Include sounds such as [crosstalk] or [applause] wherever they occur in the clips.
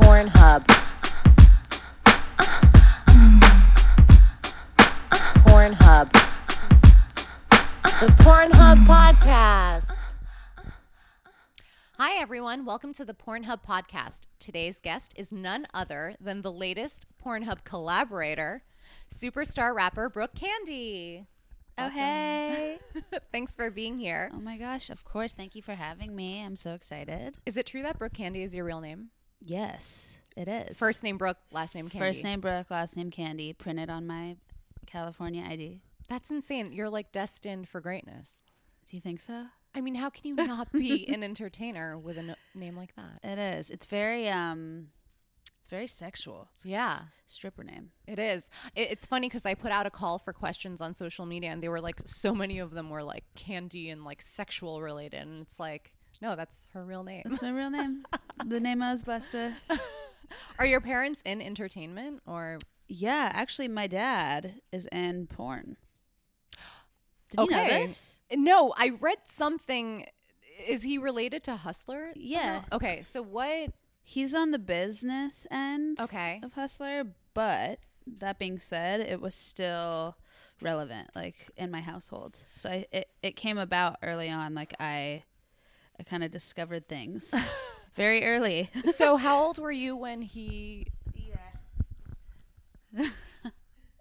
Pornhub. Pornhub. The Pornhub Podcast. Hi, everyone. Welcome to the Pornhub Podcast. Today's guest is none other than the latest Pornhub collaborator, superstar rapper Brooke Candy. Oh hey. [laughs] Thanks for being here. Oh my gosh, of course. Thank you for having me. I'm so excited. Is it true that Brooke Candy is your real name? Yes, it is. First name Brooke, last name Candy. First name Brooke, last name Candy, printed on my California ID. That's insane. You're like destined for greatness. Do you think so? I mean, how can you not [laughs] be an entertainer with a no- name like that? It is. It's very um it's very sexual. It's like a Yeah. s- stripper name. It is. It, it's funny because I put out a call for questions on social media, and they were like, so many of them were like candy and like sexual related, and it's like, no, that's her real name. [laughs] That's my real [laughs] name. the name I was blessed with. Are your parents in entertainment, or Yeah, actually my dad is in porn. Did you know Okay. this? no? I read something. Is he related to Hustler? somehow? Yeah. Okay. So [laughs] what? He's on the business end Okay. of Hustler, but that being said, it was still relevant like in my household. So I it, it came about early on like I I kind of discovered [laughs] things very early. [laughs] So how old were you when he? Yeah. [laughs]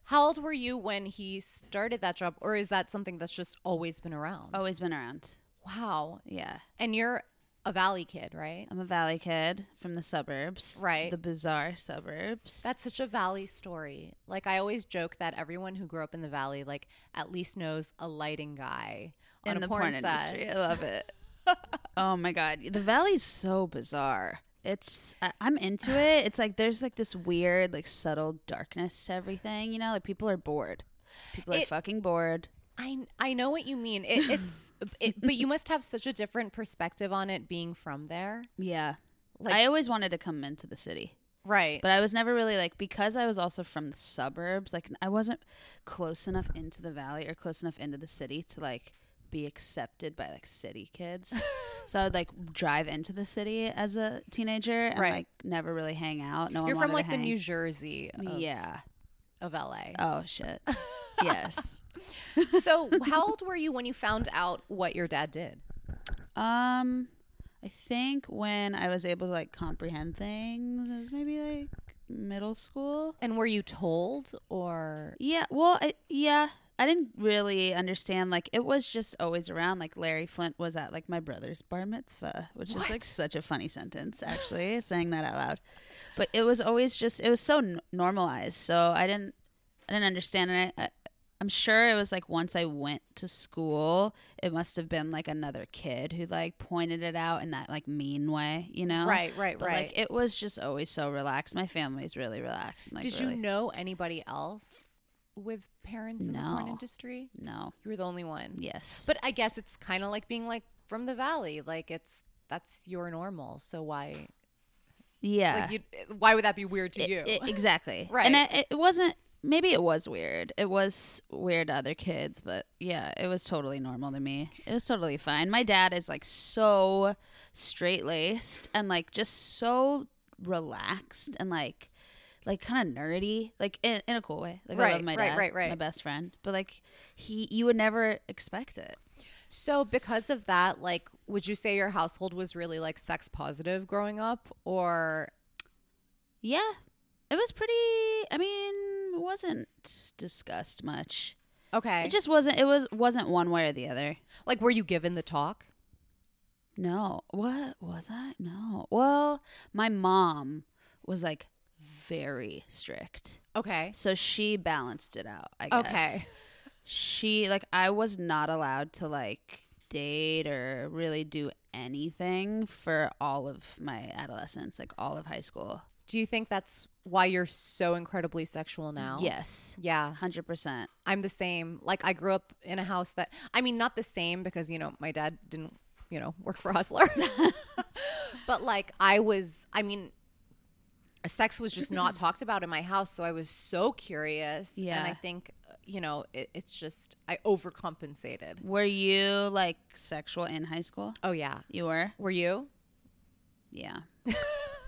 How old were you when he started that job, or is that something that's just always been around? Always been around. wow. Yeah. And you're a Valley kid, right? I'm a valley kid from the suburbs. Right. The bizarre suburbs. That's such a valley story. Like I always joke that everyone who grew up in the valley, like at least knows a lighting guy on in a the porn, porn, set. industry. I love [laughs] it. oh my god, the valley's so bizarre. It's I, I'm into it. It's like there's like this weird, like subtle darkness to everything. You know, like people are bored. People are It- fucking bored. I I know what you mean. It, [laughs] it's it, but you must have such a different perspective on it being from there, Yeah. Like- I always wanted to come into the city, right? but I was never really like because I was also from the suburbs. Like I wasn't close enough into the valley or close enough into the city to like be accepted by like city [laughs] kids. so I would like drive into the city as a teenager and Right. like never really hang out. No one You're from wanted like to the hang. Oh, New Jersey of, yeah. of LA. [laughs] Oh [laughs] shit. yes. so how old were you when you found out what your dad did? Um, I think when I was able to like comprehend things, it was maybe like middle school. And were you told or Yeah. Well, I, yeah. I didn't really understand. Like, it was just always around. Like, Larry Flint was at like my brother's bar mitzvah, which is like such a funny sentence, actually, saying that out loud. But it was always just, it was so n- normalized. So I didn't, I didn't understand. And I, I, I'm sure it was like once I went to school, it must have been like another kid who like pointed it out in that like mean way, you know? Right, right, But right. like, it was just always so relaxed. My family's really relaxed. And, like, did really- you know anybody else with parents in the porn No. industry? No. You were the only one. Yes. But I guess it's kind of like being like from the valley. Like it's that's your normal. So why? yeah. Like you, why would that be weird to It- you? it- exactly. Right. And it, it wasn't, maybe it was weird. It was weird to other kids, but yeah, it was totally normal to me. It was totally fine. My dad is like so straight laced and like just so relaxed and like, like kind of nerdy, like in, in a cool way. Like I love Right, my right, dad, right, right. my best friend, but like he, you would never expect it. [laughs] so because of that, like, would you say your household was really like sex positive growing up, or Yeah. It was pretty, I mean, it wasn't discussed much. okay, It just wasn't, it was, wasn't one way or the other. like were you given the talk? No. What was I? No. Well, my mom was like very strict. Okay, So she balanced it out, I guess. Okay. She like I was not allowed to like date or really do anything for all of my adolescence, like all of high school. do you think that's why you're so incredibly sexual now? Yes. Yeah, 100%. I'm the same. Like I grew up in a house that I mean not the same because you know my dad didn't you know work for [laughs] Hustler, but like I was. I mean, sex was just not talked about in my house, so I was so curious. and I Yeah. think you know it, it's just I overcompensated. Were you like sexual in high school? Oh yeah, You were? [laughs] were you? Yeah.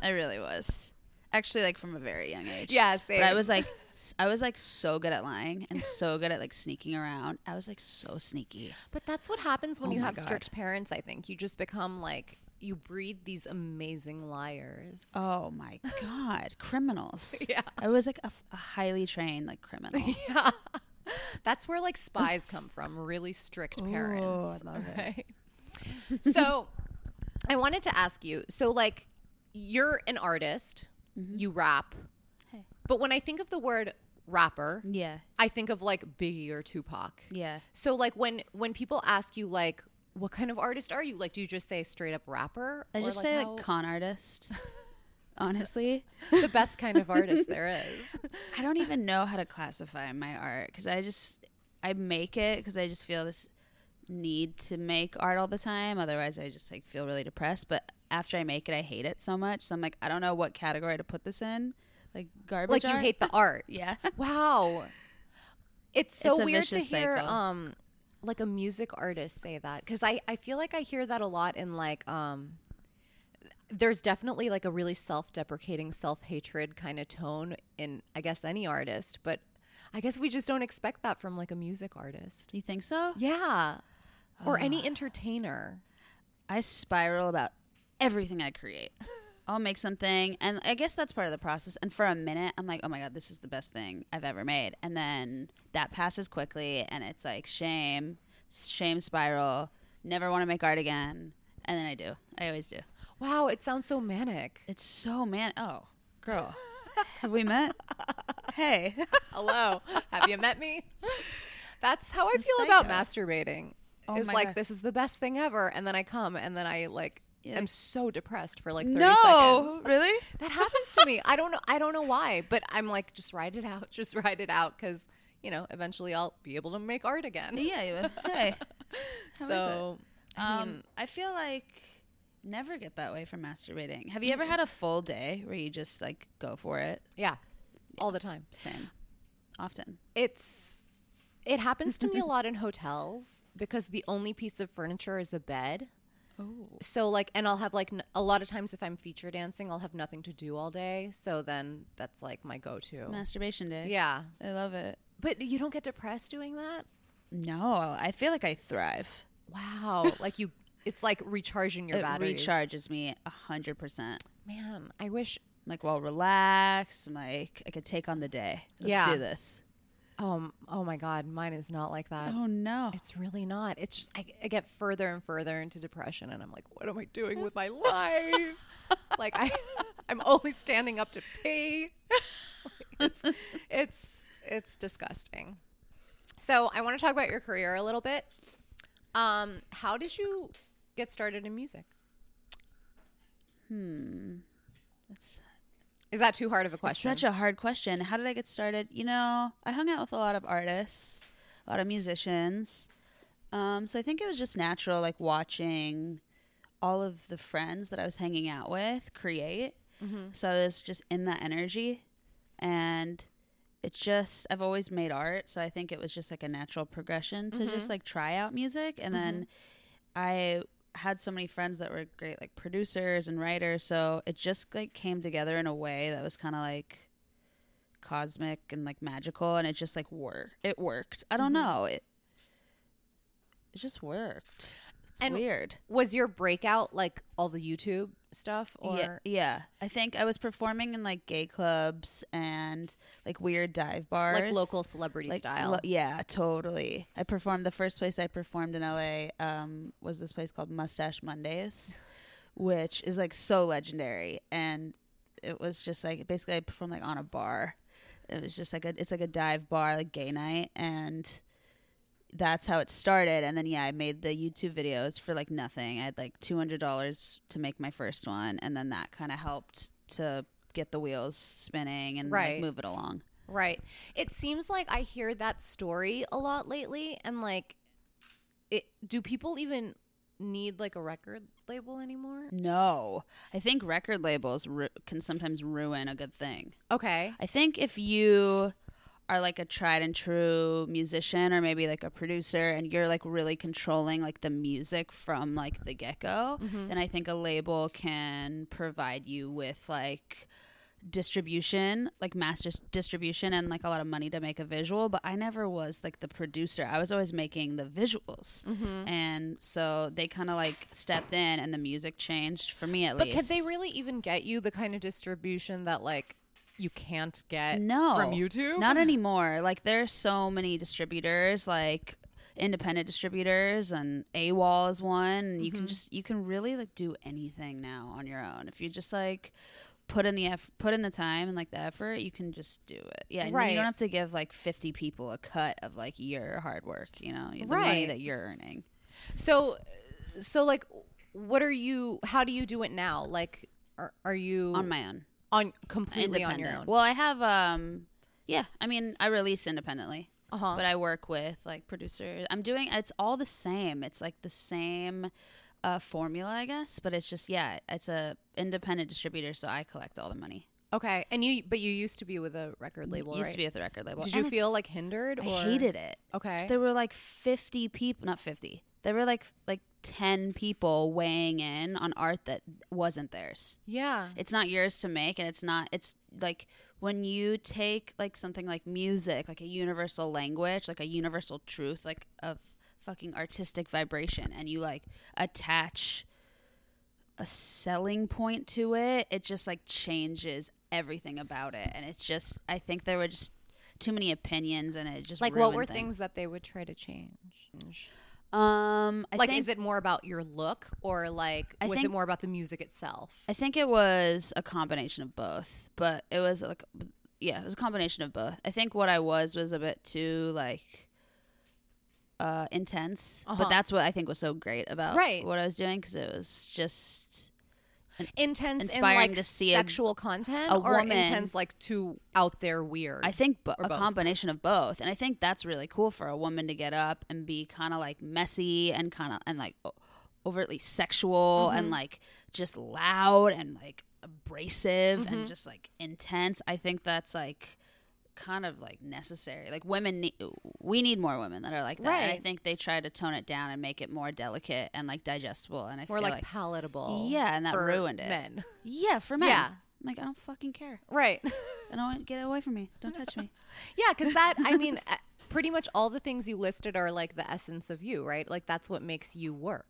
I really was. actually like from a very young age. Yeah, same. But I was like, s- I was like so good at lying and so good at like sneaking around. I was like so sneaky. But that's what happens when Oh you my have God. strict parents, I think. You just become like, you breed these amazing liars. Oh [sighs] my god, [laughs] criminals! Yeah. I was like a, f- a highly trained like [laughs] criminal. Yeah. [laughs] That's where like spies come from, really strict parents. Ooh, I love it. right? [laughs] so I wanted to ask you so, like, you're an artist, you rap, Mm-hmm. Hey. but when I think of the word rapper, Yeah, I think of like Biggie or Tupac. yeah. So like when when people ask you like what kind of artist are you? Like do you just say straight up rapper? I Or, just say how- like con [laughs] artist. Honestly, [laughs] the best kind of artist there [laughs] is. I don't even know how to classify my art because I just I make it because I just feel this need to make art all the time. Otherwise, I just like feel really depressed. But after I make it, I hate it so much. So I'm like, I don't know what category to put this in. Like garbage. like you art? hate the art. [laughs] Yeah. Wow. [laughs] It's so It's a weird to vicious hear cycle. um like a music artist say that cuz I I feel like I hear that a lot in like um there's definitely like a really self-deprecating, self-hatred kind of tone in I guess any artist, but I guess we just don't expect that from like a music artist. Do you think so? Yeah. Or any entertainer. I spiral about everything I create. I'll make something, and I guess that's part of the process. And for a minute, I'm like, oh my God, this is the best thing I've ever made. And then that passes quickly, and it's like shame, shame spiral, never want to make art again. And then I do. I always do. Wow, it sounds so manic. It's so man. Oh, girl. Have [laughs] we met? Hey. [laughs] Hello. Have you met me? That's how I feel about masturbating. Oh It's my like God. this is the best thing ever and then I come and then I like Yeah. am so depressed for like 30 [laughs] no, seconds. [laughs] really? That happens to me. I don't know I don't know why, but I'm like just ride it out, [laughs] just ride it out cuz you know, eventually I'll be able to make art again. Yeah. you- Hey. How is it? so Um, I feel like never get that way from masturbating. Have you ever had a full day where you just like go for it? yeah, all the time. Same, often. It's it happens to me a [laughs] lot in hotels because the only piece of furniture is a bed. Oh, so like and i'll have like n- a lot of times if i'm feature dancing i'll have nothing to do all day so then that's like my go-to masturbation day. yeah I love it. but you don't get depressed doing that No, I feel like I thrive. wow like you it's like recharging your it batteries recharges me a hundred percent. man i wish Like well relaxed. I'm like I could take on the day. Let's Yeah. do this. um oh my god mine is not like that Oh no. it's really not it's just I, I get further and further into depression and i'm like what am i doing with my [laughs] life like i [laughs] i'm only standing up to [laughs] pee it's, it's it's disgusting. So I want to talk about your career a little bit. Um, how did you get started in music? Hmm. That's Is that too hard of a question? Such a hard question. How did I get started? You know, I hung out with a lot of artists, a lot of musicians. Um, so I think it was just natural, like watching all of the friends that I was hanging out with create. So I was just in that energy. And it just, I've always made art. So I think it was just like a natural progression to just like try out music. And then I had so many friends that were great like producers and writers so it just like came together in a way that was kind of like cosmic and like magical and it just like worked it worked i Mm-hmm. don't know it it just worked it's And- weird was your breakout like all the YouTube stuff or yeah, yeah i think i was performing in like gay clubs and like weird dive bars like local celebrity like, style? lo- yeah, totally. I performed the first place I performed in LA um, was this place called Mustache Mondays, which is like so legendary. And it was just like basically I performed like on a bar. It was just like a it's like a dive bar, like gay night, and that's how it started. And then yeah, I made the YouTube videos for like nothing. I had like two hundred dollars to make my first one, and then that kind of helped to get the wheels spinning and like, Right. move it along. Right. It seems like I hear that story a lot lately and like it do people even need like a record label anymore? No, I think record labels ru- can sometimes ruin a good thing. Okay. I think if you are like a tried and true musician or maybe like a producer and you're like really controlling like the music from like Mm-hmm. the get-go, then I think a label can provide you with like distribution, like mass dis- distribution, and like a lot of money to make a visual. But I never was like the producer. I was always making the visuals, Mm-hmm. and so they kind of like stepped in, and the music changed for me at But least. could they really even get you the kind of distribution that like you can't get no from YouTube? Not anymore. Like there's so many distributors, like independent distributors and AWOL is one. You Mm-hmm. can just you can really like do anything now on your own. If you just like put in the eff- put in the time and like the effort, you can just do it. Yeah, and then you Right. don't have to give like 50 people a cut of like your hard work, you know, the money Right. that you're earning. So, so like, what are you? How do you do it now? Like, are, are you On my own. on completely on your own? Well, I have um yeah, I mean, I release independently. Uh-huh. But I work with like producers. I'm doing it's all the same. It's like the same uh, formula, I guess, but it's just yeah, it's a independent distributor, so I collect all the money. okay, and you but you used to be with a record label, Used right? to be with the record label. Did And you feel it's- like hindered? I or? hated it. Okay. So there were like 50 people, not 50. There were like like 10 people weighing in on art that wasn't theirs. yeah. it's not yours to make and it's not it's like when you take like something like music like a universal language like a universal truth like of fucking artistic vibration and you like attach a selling point to it it just like changes everything about it and it's just i think there were just too many opinions and it just Like, what ruined were things that they would try to change? um I like, think- is it more about your look, or like, I was think- it more about the music itself? I think it was a combination of both, but it was like, yeah, it was a combination of both. I think what I was was a bit too like uh intense, but Uh-huh. that's what I think was so great about Right. what I was doing because it was just intense inspiring in like to see a- sexual content, a or woman- intense like too out there weird. I think bo- or a both? combination of both, and I think that's really cool for a woman to get up and be kind of like messy and kind of and like o- overtly sexual Mm-hmm. and like just loud and like abrasive Mm-hmm. and just like intense. I think that's like kind of like necessary. Like women need we need more women that are like that. And I Right. think they try to tone it down and make it more delicate and like digestible. And I more feel like, like, palatable. Yeah, and that for ruined it. Men, [laughs] yeah, for men. Yeah. I'm like I don't fucking care. right? [laughs] I don't want get away from me. Don't touch me. yeah, because that I mean, uh, pretty much all the things you listed are like the essence of you, right? Like that's what makes you work.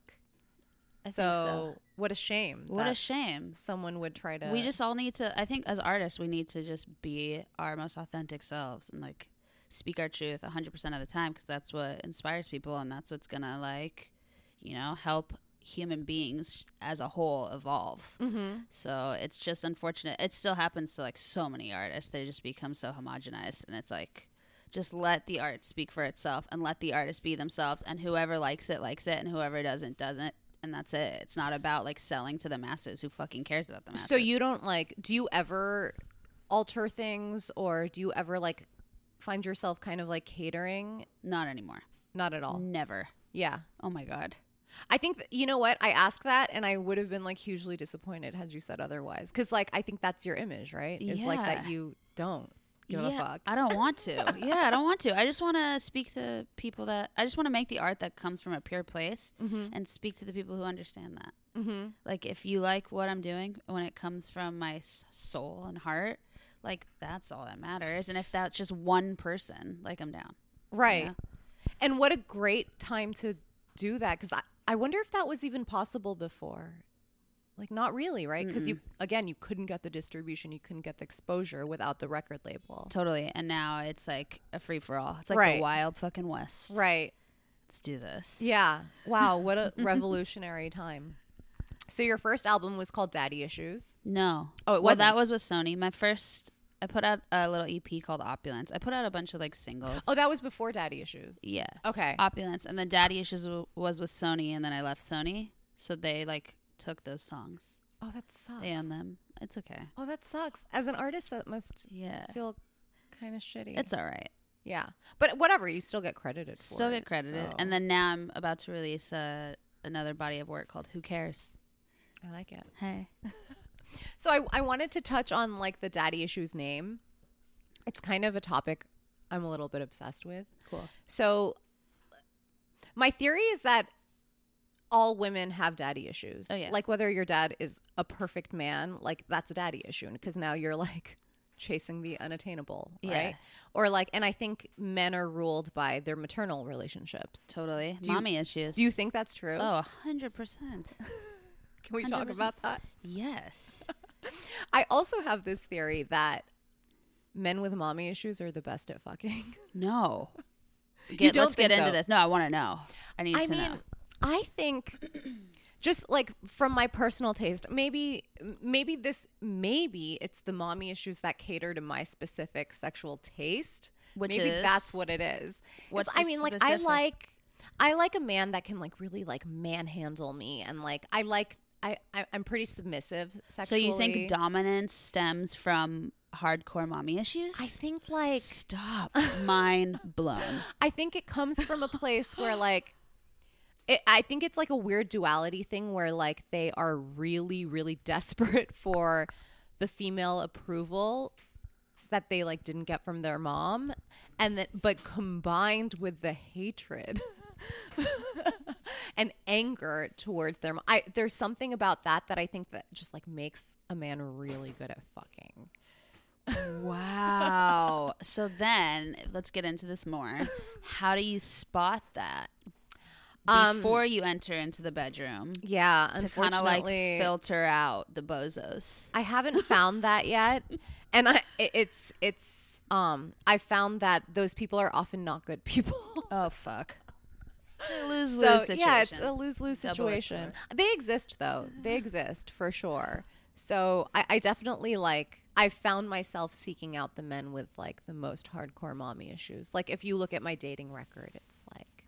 I think so, what a shame. What a that shame. someone would try to. we just all need to i think as artists we need to just be our most authentic selves and like speak our truth 100% of the time because that's what inspires people and that's what's gonna like you know help human beings as a whole evolve Mm-hmm. so it's just unfortunate it still happens to like so many artists they just become so homogenized and it's like just let the art speak for itself and let the artist be themselves and whoever likes it likes it and whoever doesn't doesn't and that's it it's not about like selling to the masses who fucking cares about the masses So you don't like? Do you ever alter things, or do you ever like find yourself kind of like catering? Not anymore. Not at Oh. all. Never. Yeah. Oh my god. I think th- you know what I asked that, and I would have been like hugely disappointed had you said otherwise. Because like I think that's your image, right? It's like that Yeah. you don't give yeah, a fuck. I don't want [laughs] to. yeah, I don't want to. I just want to speak to people that I just want to make the art that comes from a pure place and speak to the people who understand that. mm-hmm. Like if you like what I'm doing when it comes from my s- soul and heart, like that's all that matters. And if that's just one person, like I'm down. Right. And what a great time to do that. Because I, I wonder if that was even possible before. Like not really, right? Because you again, you couldn't get the distribution, you couldn't get the exposure without the record label. Totally. And now it's like a free for all. It's like the Right. wild fucking west. Right. Let's do this. Yeah. Wow. What [laughs] a revolutionary time. So your first album was called Daddy Issues. No. Oh, it Well, that wasn't? was with Sony. My first, I put out a little EP called Opulence. I put out a bunch of like singles. Oh, that was before Daddy Issues. yeah. Okay. Opulence, and then Daddy Issues w- was with Sony, and then I left Sony, so they like took those songs. Oh, that sucks. They own them. It's okay. Oh, that sucks. As an artist, that must Yeah. feel kind of shitty. It's all right. yeah, but whatever. You still get credited. For Still it, get credited. so- And then now I'm about to release uh, another body of work called Who Cares? I like it. Hey. So I, I wanted to touch on like the Daddy Issues name. It's kind of a topic I'm a little bit obsessed with. Cool. So my theory is that all women have daddy issues. Oh, yeah. Like whether your dad is a perfect man, like that's a daddy issue because now you're like [laughs] chasing the unattainable, Yeah. right? Or like and I think men are ruled by their maternal relationships. Totally. you- Mommy issues. Do you think that's true? Oh, 100%. Can we talk 100%. about that? [laughs] yes. I also have this theory that men with mommy issues are the best at fucking. No. Get, don't let's get think into so? this. No, I want to know. I [laughs] need I to know. mean, I think just like from my personal taste, maybe maybe this maybe it's the mommy issues that cater to my specific sexual taste. Which maybe is? that's what it is. What's It's- I the mean, like I specific? like I like a man that can like really like manhandle me and like I like I, I I'm pretty submissive So sexually. you think dominance stems from hardcore mommy issues? I think like [laughs] Stop. Mind blown. I think it comes from a place where like it, I think it's like a weird duality thing where like they are really really desperate [laughs] for the female approval that they like didn't get from their mom and that but combined with the hatred [laughs] and anger towards their mom. I there's something about that that I think that just like makes a man really good at fucking. Wow. so then, let's get into this more. How do you spot that Um, before you enter into the bedroom Yeah, to kind of like unfortunately- filter out the bozos? I haven't found that yet, and I it- it's it's um I found that those people are often not good people. [laughs] Oh fuck. Lose lose so situation. yeah, it's a lose lose Double-edged situation. sword. They exist though; they exist for sure. So I, I definitely like I found myself seeking out the men with like the most hardcore mommy issues. Like if you look at my dating record, it's like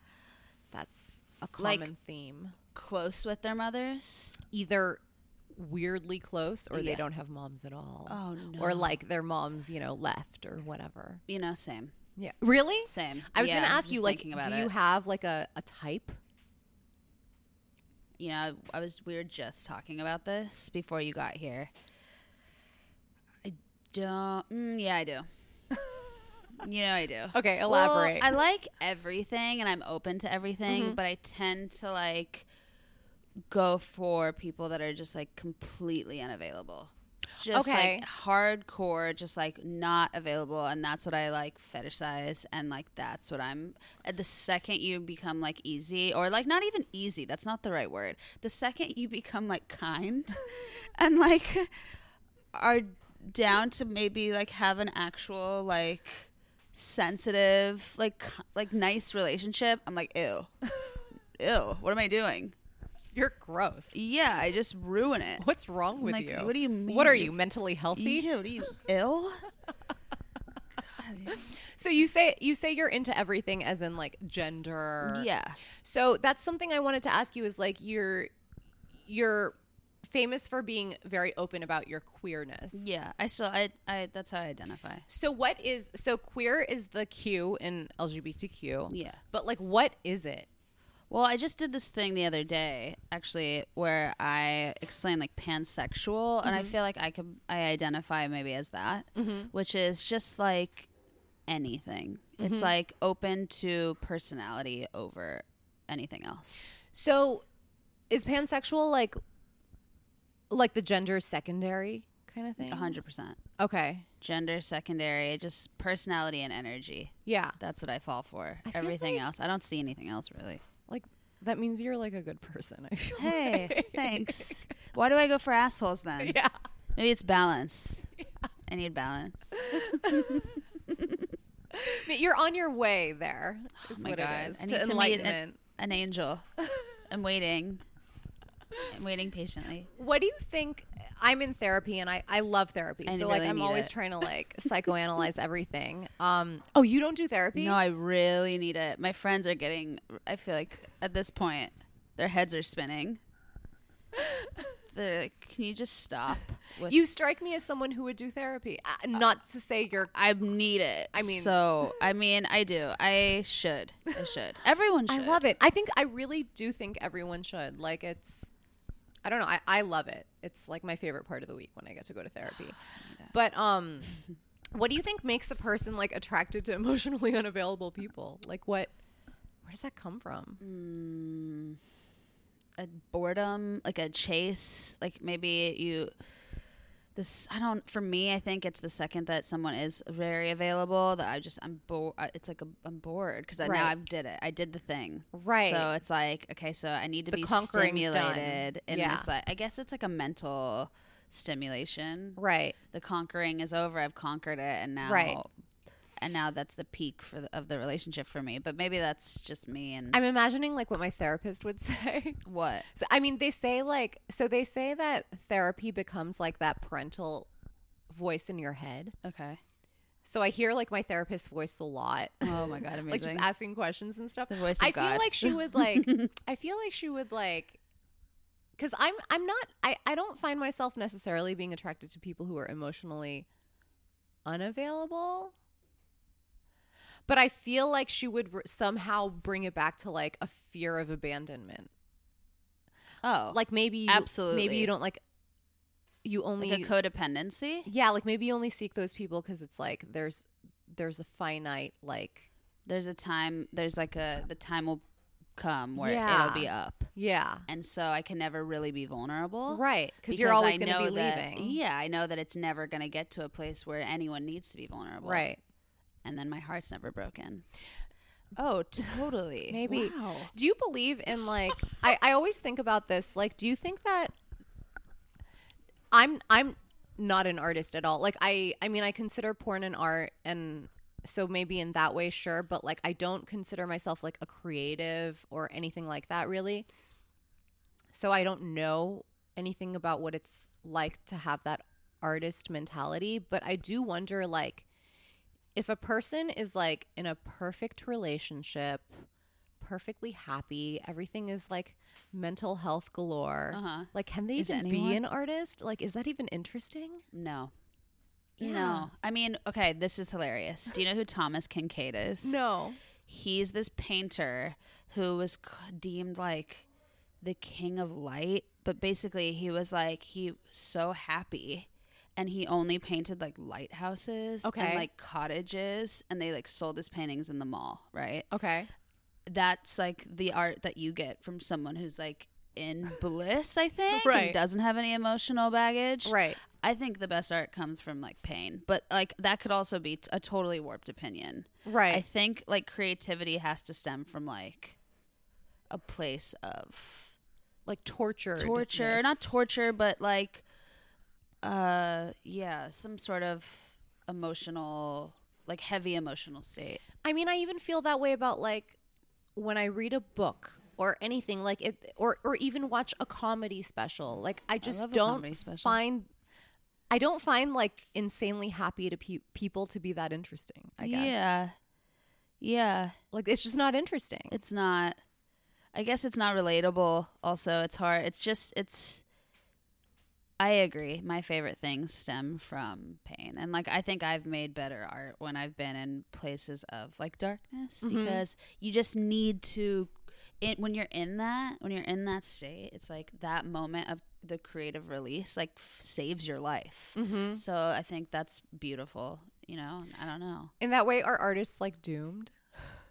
that's a Like- common theme. Close with their mothers. Either weirdly close or Yeah. they don't have moms at all Oh, or no. like their moms you know left or whatever You know, same, Yeah. Really? same. I was Yeah, going to I'm ask you, just like, do thinking about you it. have like a, a type? you know, I was we were just talking about this before you got here. I don't. Mm, yeah, [laughs] I do. you know, I do. Okay, Well, elaborate. Mm-hmm. I like everything, and I'm open to everything, but I tend to like go for people that are just like completely unavailable. Just Okay. like hardcore, just like not available, and that's what I like fetishize, and like that's what I'm. At the second you become like easy, or like not even easy, that's not the right word. The second you become like kind, and like are down to maybe like have an actual like sensitive like c- like nice relationship i'm like ew ew what am i doing You're gross. yeah i just ruin it What's wrong with like, you? what do you mean? What are you, mentally healthy? yeah, what are you ill So you say you say you're into everything as in like gender. yeah So that's something I wanted to ask you is like you're you're famous for being very open about your queerness. yeah i still i, I that's how i identify So what is so queer is the Q in LGBTQ. Yeah. But like what is it? Well, I just did this thing the other day, actually, where I explained like pansexual, and I feel like I could I identify maybe as that, which is just like anything. It's like open to personality over anything else. So is pansexual like like the gender secondary kind of thing? A hundred percent. Okay. Gender secondary, just personality and energy. Yeah. That's what I fall for. I feel Everything like- else, I don't see anything else really. Like that means you're like a good person, I feel. [laughs] Hey, like. thanks. Why do I go for assholes then? [laughs] Yeah. Maybe [laughs] it's balance. I need balance. Oh I mean, you're on your way there. Is Oh my what God. it is. I to need to meet an- enlightenment. an angel. I'm waiting. I'm [laughs] waiting patiently. what do you think I'm in therapy and I, I love therapy. I so like really I'm need always it. trying to [laughs] like psychoanalyze everything. Um oh you don't do therapy? No, I really need it. My friends are getting. I feel like at this point, their heads [laughs] are spinning. They're like, "Can you just stop?" [laughs] With you strike me as someone who would do therapy. Uh, not to say you're I need it. I mean- so I mean, I do. I should. I should. Everyone should. I love it. I think I really do think everyone should. Like it's I don't know. I, I love it. It's like my favorite part of the week when I get to go to [sighs] therapy. But [laughs] um what do you think makes a person like attracted to [laughs] emotionally Mm. unavailable people? Like what where does that come from? a boredom, like a chase, like maybe you this I don't for me I think it's the second that someone is very available that I just I'm bored it's like a, I'm bored because I Right. now I've did it I did the thing Right. so it's like okay so I need to The be conquering's done. stimulated in Yeah. this like I guess it's like a mental stimulation Right. the conquering is over I've conquered it and now Right. and now that's the peak for the, of the relationship for me but maybe that's just me and I'm imagining like what my therapist would [laughs] say. what So, I mean, they say like, so they say that therapy becomes like that parental voice in your head. okay So I hear like my therapist's voice a lot. oh my god amazing [laughs] like just asking questions and stuff. The voice of I God. feel like she would [laughs] like. I feel like she would like. Because I'm, I'm not. I, I don't find myself necessarily being attracted to people who are emotionally unavailable. But I feel like she would r- somehow bring it back to like a fear of abandonment. oh Like maybe you, maybe Absolutely. you don't like. You only like a codependency yeah like maybe you only seek those people because it's like there's there's a finite like there's a time there's like a the time will come where Yeah. it'll be up yeah and so i can never really be vulnerable Right, because you're always going to be that, leaving. yeah i know that it's never going to get to a place where anyone needs to be vulnerable Right. and then my heart's never broken oh [laughs] totally Maybe. wow. Do you believe in like [laughs] I, I always think about this, like, do you think that I'm I'm not an artist at all. Like I I mean I consider porn an art and so maybe in that way sure, but like I don't consider myself like a creative or anything like that really. So I don't know anything about what it's like to have that artist mentality, but I do wonder like if a person is like in a perfect relationship, perfectly happy, everything is like mental health galore. Uh-huh. Like can they Is even anyone- be an artist? Like, is that even interesting? no Yeah. no i mean okay this is hilarious do you know who thomas kincaid is No. he's this painter who was c- deemed like the king of light but basically he was like he was so happy and he only painted like lighthouses and Okay. like cottages and they like sold his paintings in the mall right Okay. that's like the art that you get from someone who's like in bliss i think and Right. doesn't have any emotional baggage Right. i think the best art comes from like pain but like that could also be t- a totally warped opinion Right. I think like creativity has to stem from like a place of like torture. torture, not torture, but like uh yeah, some sort of emotional like heavy emotional state. I mean, I even feel that way about like when I read a book or anything like it, or or even watch a comedy special. Like I just love a comedy don't special. find. I don't find like insanely happy to pe- people to be that interesting. I guess. Yeah. Yeah, Like it's just not interesting. it's not I guess it's not relatable also. It's hard. It's just it's I agree. My favorite things stem from pain. And like I think I've made better art when I've been in places of like darkness because you just need to it, when you're in that, when you're in that state, it's like that moment of the creative release like f- saves your life. Mm-hmm. So I think that's beautiful, you know? I don't know. In that way, are artists like doomed?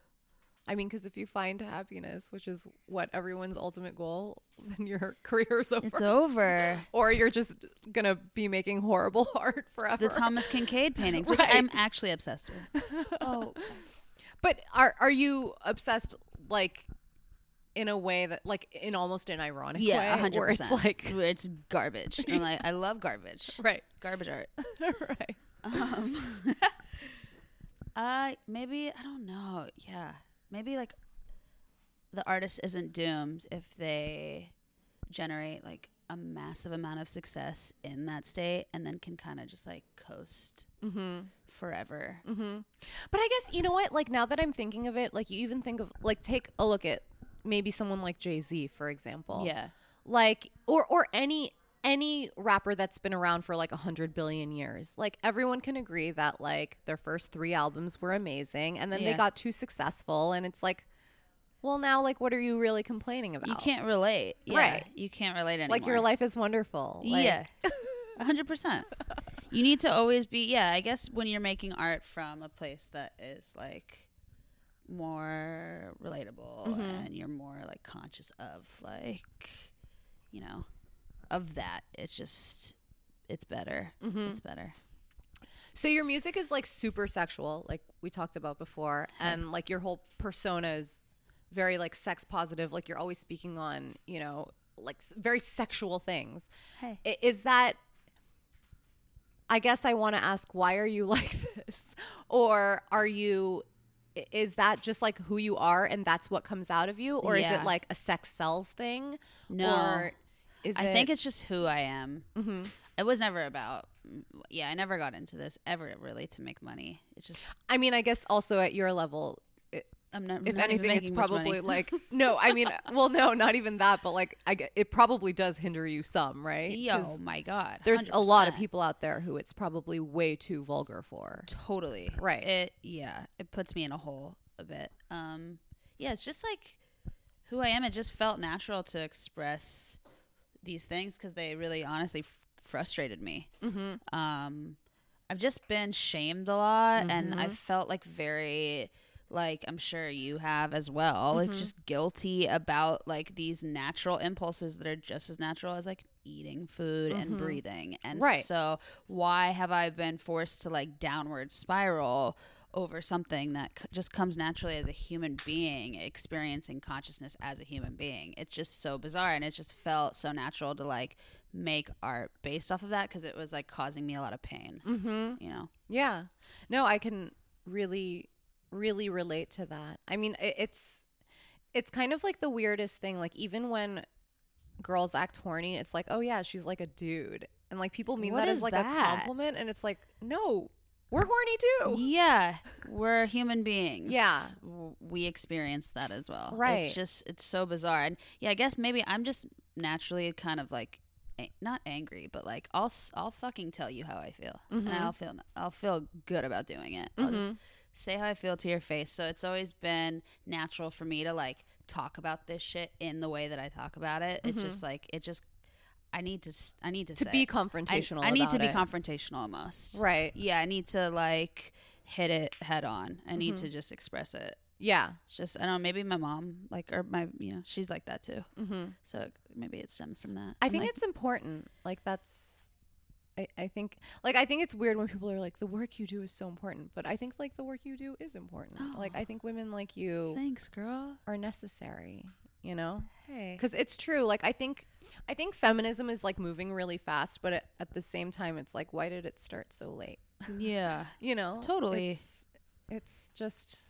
[sighs] I mean, because if you find happiness, which is what everyone's ultimate goal, [laughs] then your career's over. It's over. or you're just gonna be making horrible [laughs] art forever. The Thomas [laughs] Kincaid paintings, which Right. I'm actually obsessed with. [laughs] oh, but are are you obsessed like in a way that like in almost an ironic way? yeah, hundred where percent. It's like [laughs] Where it's garbage. I'm like, I love garbage. right, [laughs] Garbage art. right. Um, [laughs] uh, maybe I don't know. Yeah, maybe like the artist isn't doomed if they generate like a massive amount of success in that state and then can kind of just like coast Mm-hmm, forever. But I guess you know what? Like now that I'm thinking of it, like you even think of like take a look at maybe someone like Jay Z, for example. Yeah. like or or any any rapper that's been around for like a hundred billion years like everyone can agree that like their first three albums were amazing and then Yeah. they got too successful and it's like well now like what are you really complaining about You can't relate. Yeah, Right. You can't relate anymore. like your life is wonderful like, yeah. a 100%. You need to always be, yeah, I guess when you're making art from a place that is like more relatable Mm-hmm. and you're more like conscious of like you know of that it's just it's better Mm-hmm. it's better So your music is like super sexual, like we talked about before, and like your whole persona is very like sex positive. Like you're always speaking on, you know, like s- very sexual things. Hey. I- Is that? I guess I want to ask, why are you [laughs] like this, or are you? i- Is that just like who you are, and that's what comes out of you, or is Yeah. it like a sex sells thing? No. or is I it, think it's just who I am. Mm-hmm. It was never about. mm, Yeah, I never got into this ever really to make money. It's just I mean, I guess also at your level, I'm not. if not even anything it's making much money. probably like no i mean well no not even that but like i gue- it probably does hinder you some right 'Cause [laughs] Yo, my God. there's a lot of 100%. people out there who it's probably way too vulgar for Totally. Right. It yeah, it puts me in a hole a bit. Um yeah, it's just like who I am. It just felt natural to express these things cuz they really honestly f- frustrated me. Mm-hmm. Um I've just been shamed a lot and I felt like very like I'm sure you have as well, like just guilty about like these natural impulses that are just as natural as like eating food and breathing. And Right. so why have I been forced to like downward spiral over something that c- just comes naturally as a human being experiencing consciousness as a human being? It's just so bizarre and it just felt so natural to like make art based off of that because it was like causing me a lot of pain. mm-hmm. You know. yeah no i can really really relate to that i mean i it's it's kind of like the weirdest thing like even when girls act horny it's like oh yeah she's like a dude and like people mean What that as is like a that? compliment and it's like no we're horny too Yeah, we're human beings. Oh. Yeah. W- we experience that as well. Right. It's just it's so bizarre, and yeah, I guess maybe I'm just naturally kind of like a- not angry, but like I'll s- I'll fucking tell you how I feel, Mm-hmm. and I'll feel I'll feel good about doing it. I'll just say how I feel to your face. So it's always been natural for me to like talk about this shit in the way that I talk about it. It's just like it just I need to s- I need to Mm-hmm. to say be it. I, confrontational I need to about be it. confrontational almost. right Yeah, I need to like hit it head on. I need Mm-hmm. to just express it. yeah It's just I don't know, maybe my mom like or my you know, she's like that too. mm-hmm. So maybe it stems from that. I I'm think like, it's important. Like that's I, I think like I think it's weird when people are like the work you do is so important, but I think like the work you do is important. [gasps] Like I think women like you thanks, girl. are necessary, you know? [laughs] [laughs] Hey. Cuz it's true. Like I think I think feminism is like moving really fast, but at, at the same time it's like why did it start so late? Yeah. You know? Totally. It's, it's just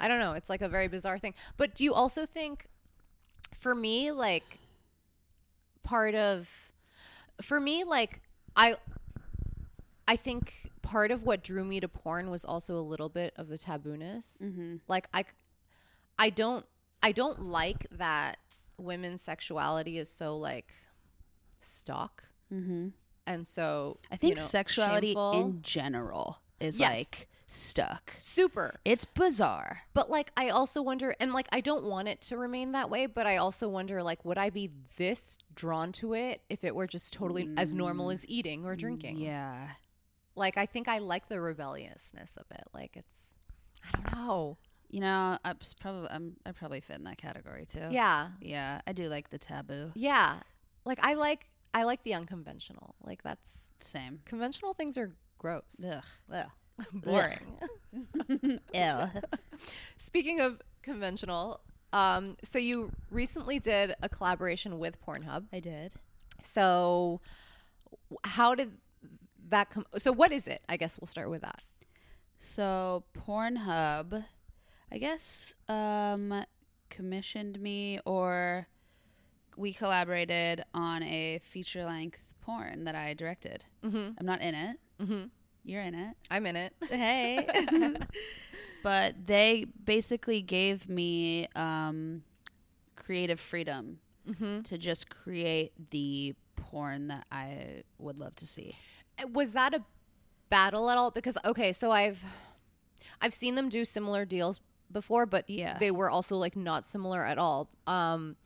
I don't know, it's like a very bizarre thing. But do you also think for me like part of for me like i i think part of what drew me to porn was also a little bit of the tabooness Mm-hmm. like i i don't i don't like that women's sexuality is so like stock and so Mm-hmm. I you think know, sexuality shameful. in general is Yes. like stuck. super It's bizarre. but like i also wonder and like i don't want it to remain that way but i also wonder like would i be this drawn to it if it were just totally as normal as eating or drinking Yeah. like i think i like the rebelliousness of it like it's i don't know You know, I'm probably I'm I probably fit in that category too. yeah Yeah, I do like the taboo. yeah like i like i like the unconventional like that's Same. conventional things are gross [laughs] Ugh. Ugh. boring [laughs] Ew. speaking of conventional um so you recently did a collaboration with pornhub I did. so w- how did that come so what is it i guess we'll start with that So Pornhub, I guess, um, commissioned me or we collaborated on a feature length porn that I directed. Mhm. I'm not in it. Mhm. You're in it. i'm in it [laughs] Hey. but they basically gave me um, creative freedom Mm-hmm. to just create the porn that I would love to see. was that a battle at all because okay so i've i've seen them do similar deals before but Yeah. they were also like not similar at all um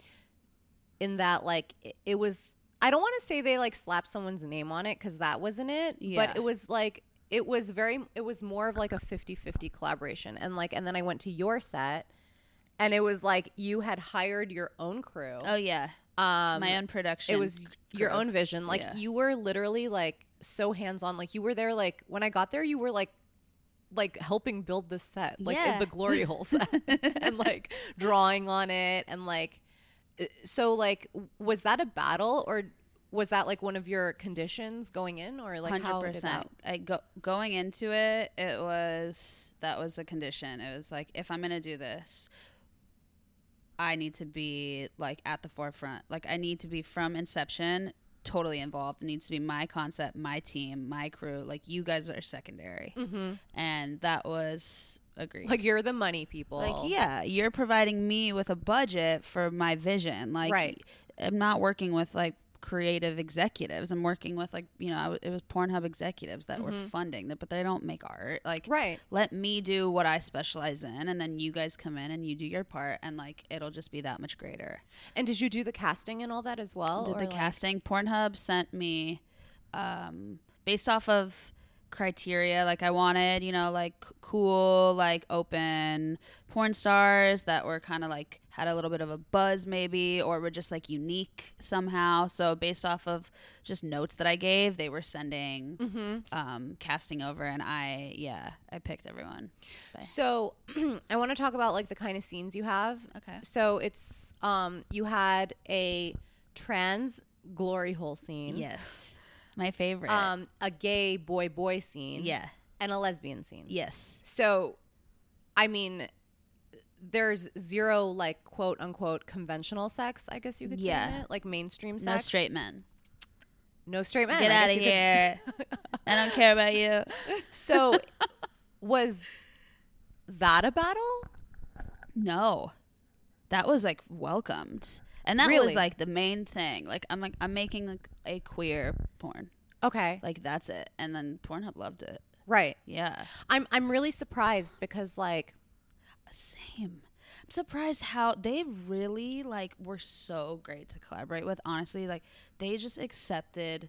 in that like i- it was i don't want to say they like slapped someone's name on it because that wasn't it Yeah. but it was like it was very it was more of like a 50-50 collaboration and like and then I went to your set and it was like you had hired your own crew. Oh yeah, um my own production. it was your crew. [laughs] own vision. Like Yeah. you were literally like so hands-on. Like you were there like when I got there you were like like helping build this set, like Yeah. the glory hole set [laughs] [laughs] and like drawing on it and like uh, so like w- was that a battle or was that like one of your conditions going in or like how did that I go going into it. It was that was a condition. It was like if I'm gonna do this, I need to be like at the forefront. Like I need to be from inception totally involved. It needs to be my concept, my team, my crew. Like you guys are secondary, and that was agreed. Mm-hmm. like you're the money people Like, yeah, you're providing me with a budget for my vision. Like, Right. I'm not working with like creative executives. I'm working with like, you know, I w- it was Pornhub executives that were funding that, but they don't make art. Like, Mm-hmm. Right. let me do what I specialize in, and then you guys come in and you do your part, and like, it'll just be that much greater. And did you do the casting and all that as well? Did Oh, or, the like- casting. Pornhub sent me um, based off of criteria like I wanted, you know, like c- cool, like open porn stars that were kind of like had a little bit of a buzz maybe or were just like unique somehow. So based off of just notes that I gave, they were sending Mm-hmm. um casting over and I yeah, I picked everyone. So [clears throat] I want to talk about like the kind of scenes you have. Okay. So it's um you had a trans glory hole scene. Yes. My favorite. Um a gay boy boy scene. yeah. And a lesbian scene. Yes. So I mean there's zero like quote unquote conventional sex, I guess you could say Yeah. in it, like mainstream sex. No straight men. no straight men. Get I out guess of you could- here. I don't care about you. So was that a battle? [laughs] No. That was like welcomed. And that Really? was like the main thing. Like I'm like I'm making like a queer porn. Okay. Like that's it. And then Pornhub loved it. Right. Yeah. I'm I'm really surprised because like Same. I'm surprised how they really like were so great to collaborate with. Honestly, like they just accepted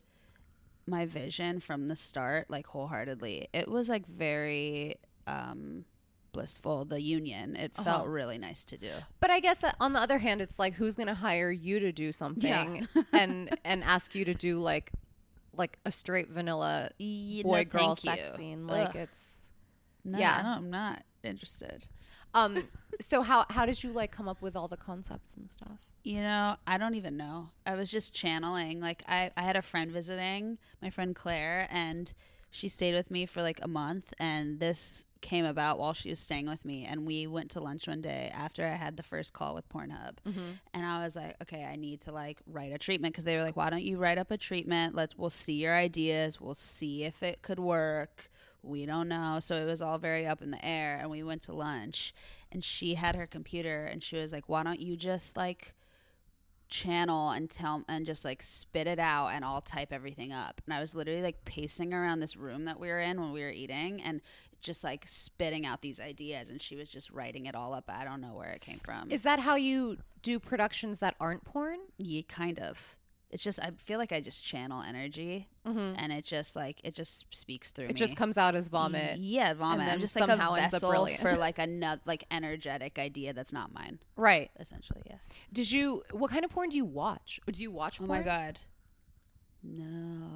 my vision from the start like wholeheartedly. It was like very um blissful the union. It felt really nice to do. but I guess that on the other hand it's like who's going to hire you to do [laughs] something and and ask you to do like like a straight vanilla Ye- no, boy girl thank sex you. scene like Ugh. it's No, Yeah. I don't, I'm not interested. um so how how did you like come up with all the concepts and stuff? You know, I don't even know. I was just channeling. Like, I, I had a friend visiting, my friend Claire, and she stayed with me for like a month. And this came about while she was staying with me. And we went to lunch one day after I had the first call with Pornhub. And I was like, okay, I need to like write a treatment because they were like, why don't you write up a treatment? Let's, we'll see your ideas. We'll see if it could work. we don't know. So it was all very up in the air. And we went to lunch, and she had her computer, and she was like, "Why don't you just like channel and tell and just like spit it out, and I'll type everything up." And I was literally like pacing around this room that we were in when we were eating, and just like spitting out these ideas. And she was just writing it all up. I don't know where it came from. Is that how you do productions that aren't porn? yeah, kind of. It's just I feel like I just channel energy, and it just like it just speaks through. Mm. It just me. comes out as vomit. Yeah, vomit. then I'm just like a somehow ends up vessel brilliant. for like another like energetic idea that's not mine. Right. Essentially, yeah. Did you what kind of porn do you watch? Do you watch porn? Oh god.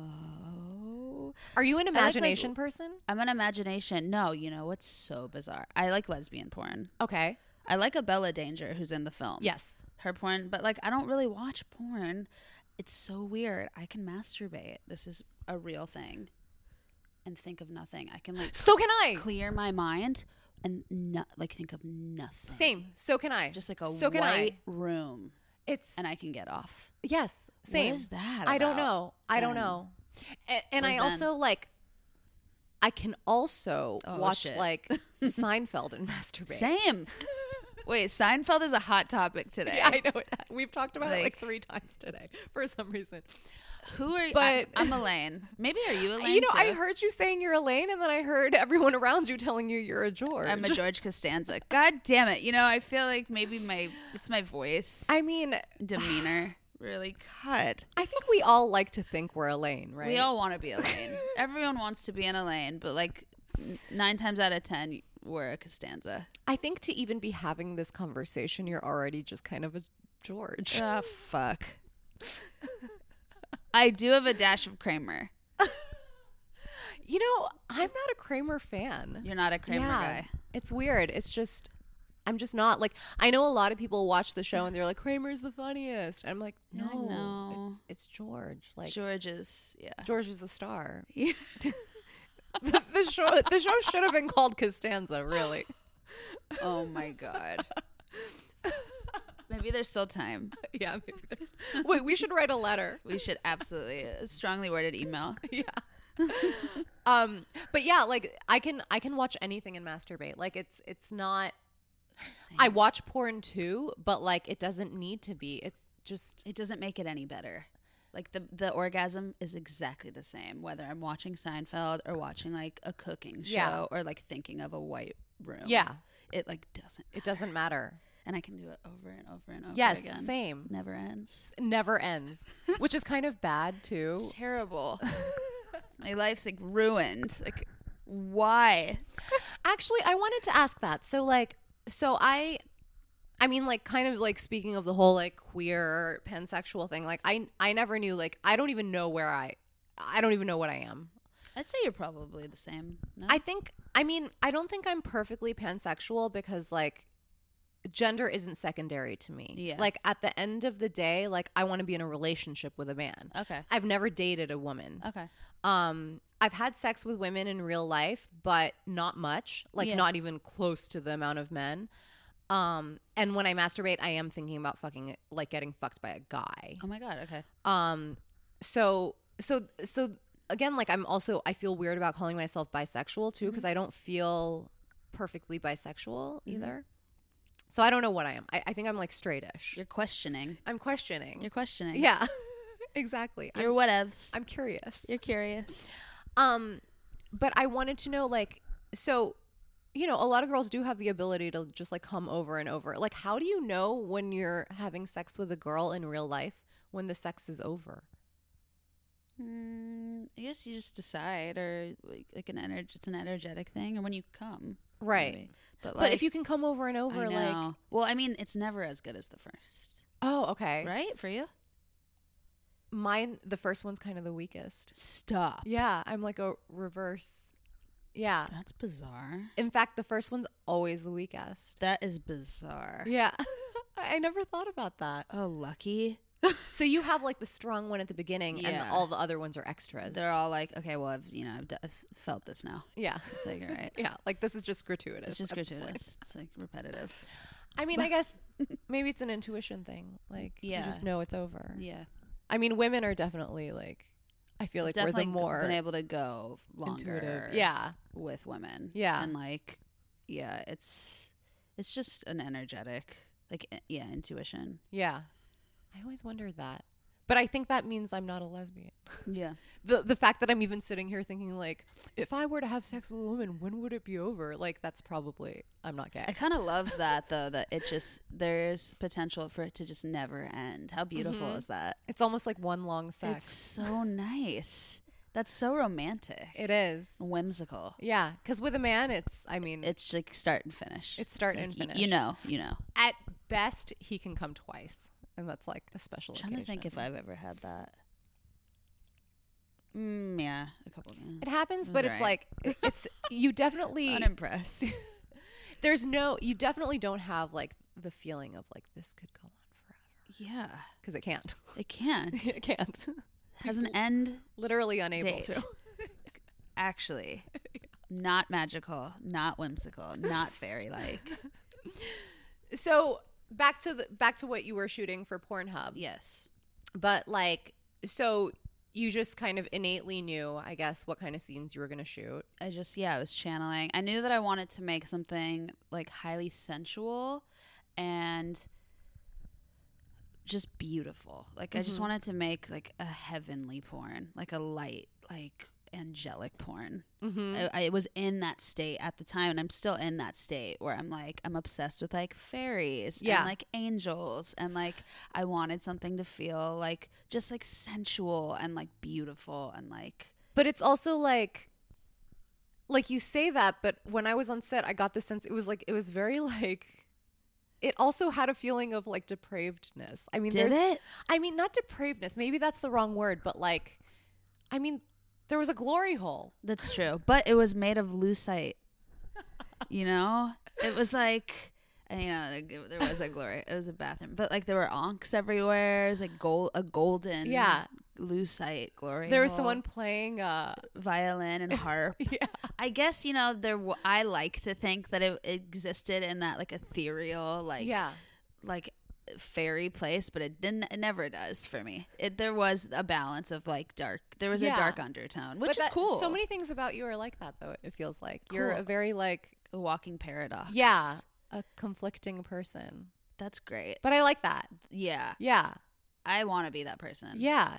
No. Are you an like, like- imagination person? I'm an imagination. No, you know what's so bizarre? I like lesbian porn. Okay. I like a Bella Danger who's in the film. Yes. Her porn, but like I don't really watch porn. It's so weird. I can masturbate. This is a real thing. And think of nothing. I can like So can I. clear my mind and not like think of nothing. Same. So can I. just like a so can I. white room It's and I can get off. yes. Same. What is that? I don't about? know. I don't Zen? know. And, and I Where's Zen? also like. I can also Oh, watch shit. [laughs] like Seinfeld and masturbate. Same. Wait, Seinfeld is a hot topic today. Yeah, [laughs] I know it. We've talked about it like Like- three times today [laughs] for some reason. Who are you? But- I, am Elaine. Maybe are you [laughs] Elaine? you know, I too? heard you saying you're Elaine, and then I heard everyone around you telling you you're a George. [laughs] I'm a George Costanza. God damn it. You know, I feel like maybe my it's my voice I mean, demeanor [sighs] really cut. I think we all like to think we're Elaine, right? We all want to be [laughs] Elaine. Everyone wants to be an Elaine, but like n- nine times out of ten, we're a Costanza. I think to even be having this conversation, you're already just kind of a George. Ah, fuck. I do have a dash of Kramer. You know, I'm not a Kramer fan. You're not a Kramer guy. It's weird. It's just I'm just not like I know a lot of people watch the show and they're like Kramer's the funniest. I'm like, Yeah, I know. no, it's, it's George. Like George is, yeah. George is the star. [laughs] [laughs] yeah. the, the show the show should have been called Costanza, [laughs] really. Oh my [laughs] god. Maybe there's still time. Yeah. Maybe there's- Wait, we should write a letter. We should absolutely a strongly worded [laughs] email. yeah um but yeah like i can i can watch anything and masturbate like it's it's not i watch porn too but like it doesn't need to be it just It doesn't make it any better. Like the the orgasm is exactly the same whether I'm watching Seinfeld or watching like a cooking show Yeah. or like thinking of a white room. Yeah. It like doesn't. it doesn't matter And I can do it over and over and over yes again. same Never ends. It never ends which is kind of bad too [laughs] It's terrible. [laughs] My life's like ruined. Like why? actually i wanted to ask that so like so i i mean like kind of like speaking of the whole like queer pansexual thing like i i never knew like i don't even know where i i don't even know what i am I'd say you're probably the same. No? I think I mean I don't think I'm perfectly pansexual because like gender isn't secondary to me. Yeah. Like at the end of the day, like I want to be in a relationship with a man. Okay. I've never dated a woman. Okay. Um I've had sex with women in real life, but not much. Like Yeah. not even close to the amount of men. Um and when I masturbate, I am thinking about fucking like getting fucked by a guy Oh my god. Okay. um so so so again like i'm also i feel weird about calling myself bisexual Mm-hmm. too because i don't feel perfectly bisexual either so i don't know what i am i, I think i'm like straightish You're questioning. i'm questioning You're questioning. yeah [laughs] exactly You're whatevs. i'm curious You're curious. um but i wanted to know like so you know a lot of girls do have the ability to just like come over and over like how do you know when you're having sex with a girl in real life when the sex is over Mm, I guess you just decide, or like, like an energy. It's an energetic thing, or when you come. Right. maybe. But like, but if you can come over and over I like know. well, I mean, it's never as good as the first, oh okay right? For you. mine the first one's kind of the weakest Stop. yeah i'm like a reverse yeah That's bizarre. in fact the first one's always the weakest That is bizarre. yeah [laughs] i I never thought about that Oh, lucky. so you have like the strong one at the beginning Yeah. and all the other ones are extras They're all like, okay, well, I've you know, I've, d- I've felt this now. yeah [laughs] It's like, all right. yeah like this is just gratuitous It's just at this point. gratuitous. It's like repetitive. i mean i guess maybe it's an intuition thing like Yeah. you just know it's over Yeah. i mean women are definitely like i feel like we're the g- more been able to go longer. intuitive yeah with women. Yeah. And like yeah, it's it's just an energetic like i- yeah, intuition. Yeah. I always wondered that. But I think that means I'm not a lesbian. Yeah. The the fact that I'm even sitting here thinking like, if I were to have sex with a woman, when would it be over? Like that's probably I'm not I gay. kind of love that though that it just there's potential for it to just never end. How beautiful Mm-hmm. is that? It's almost like one long sex. It's so nice. That's so romantic. It is. whimsical. Yeah, cuz with a man it's I mean It's like start and finish. It's start and y- You finish. know, you know. at best he can come twice. And that's like a special I'm trying to think if I've ever had that. Mm, yeah, a couple of it happens, but it's Right. like it's you [laughs] definitely [laughs] Unimpressed. there's no you definitely don't have like the feeling of like this could go on forever yeah. cuz it can't. [laughs] It can't. it can't. has an end Literally unable date. to. actually not magical not whimsical not fairy like So back to the back to what you were shooting for Pornhub. yes But like so you just kind of innately knew, I guess, what kind of scenes you were gonna shoot. i just yeah i was channeling i knew that i wanted to make something like highly sensual and just beautiful like i just wanted to make like a heavenly porn like a light like angelic porn. Mm-hmm. I, I was in that state at the time, and I'm still in that state where I'm like, I'm obsessed with like fairies, Yeah. and like angels, and like I wanted something to feel like just like sensual and like beautiful and like But it's also like, like you say that, but when I was on set, I got the sense it was like it was very [laughs] like. It also had a feeling of like depravedness. I mean, did there's, it? I mean, not depravedness. Maybe that's the wrong word, but like, I mean, there was a glory hole. That's true, but it was made of lucite. You know, it was like. and, You know, like, it- there was a glory. It was a bathroom, but like there were onks everywhere. It was like gold, a golden, Yeah. lucite glory. There was hole. someone playing. uh [laughs] violin and harp. Yeah. I guess you know there. W- I like to think that it existed in that like ethereal, like yeah. like fairy place, but it didn't. It never does for me. It there was a balance of like dark. There was Yeah. a dark undertone, But which is that- cool. So many things about you are like that, though. It feels like you're Cool. a very like a walking paradox. yeah, a conflicting person. that's great. But I like that. Yeah, Yeah, I want to be that person. yeah.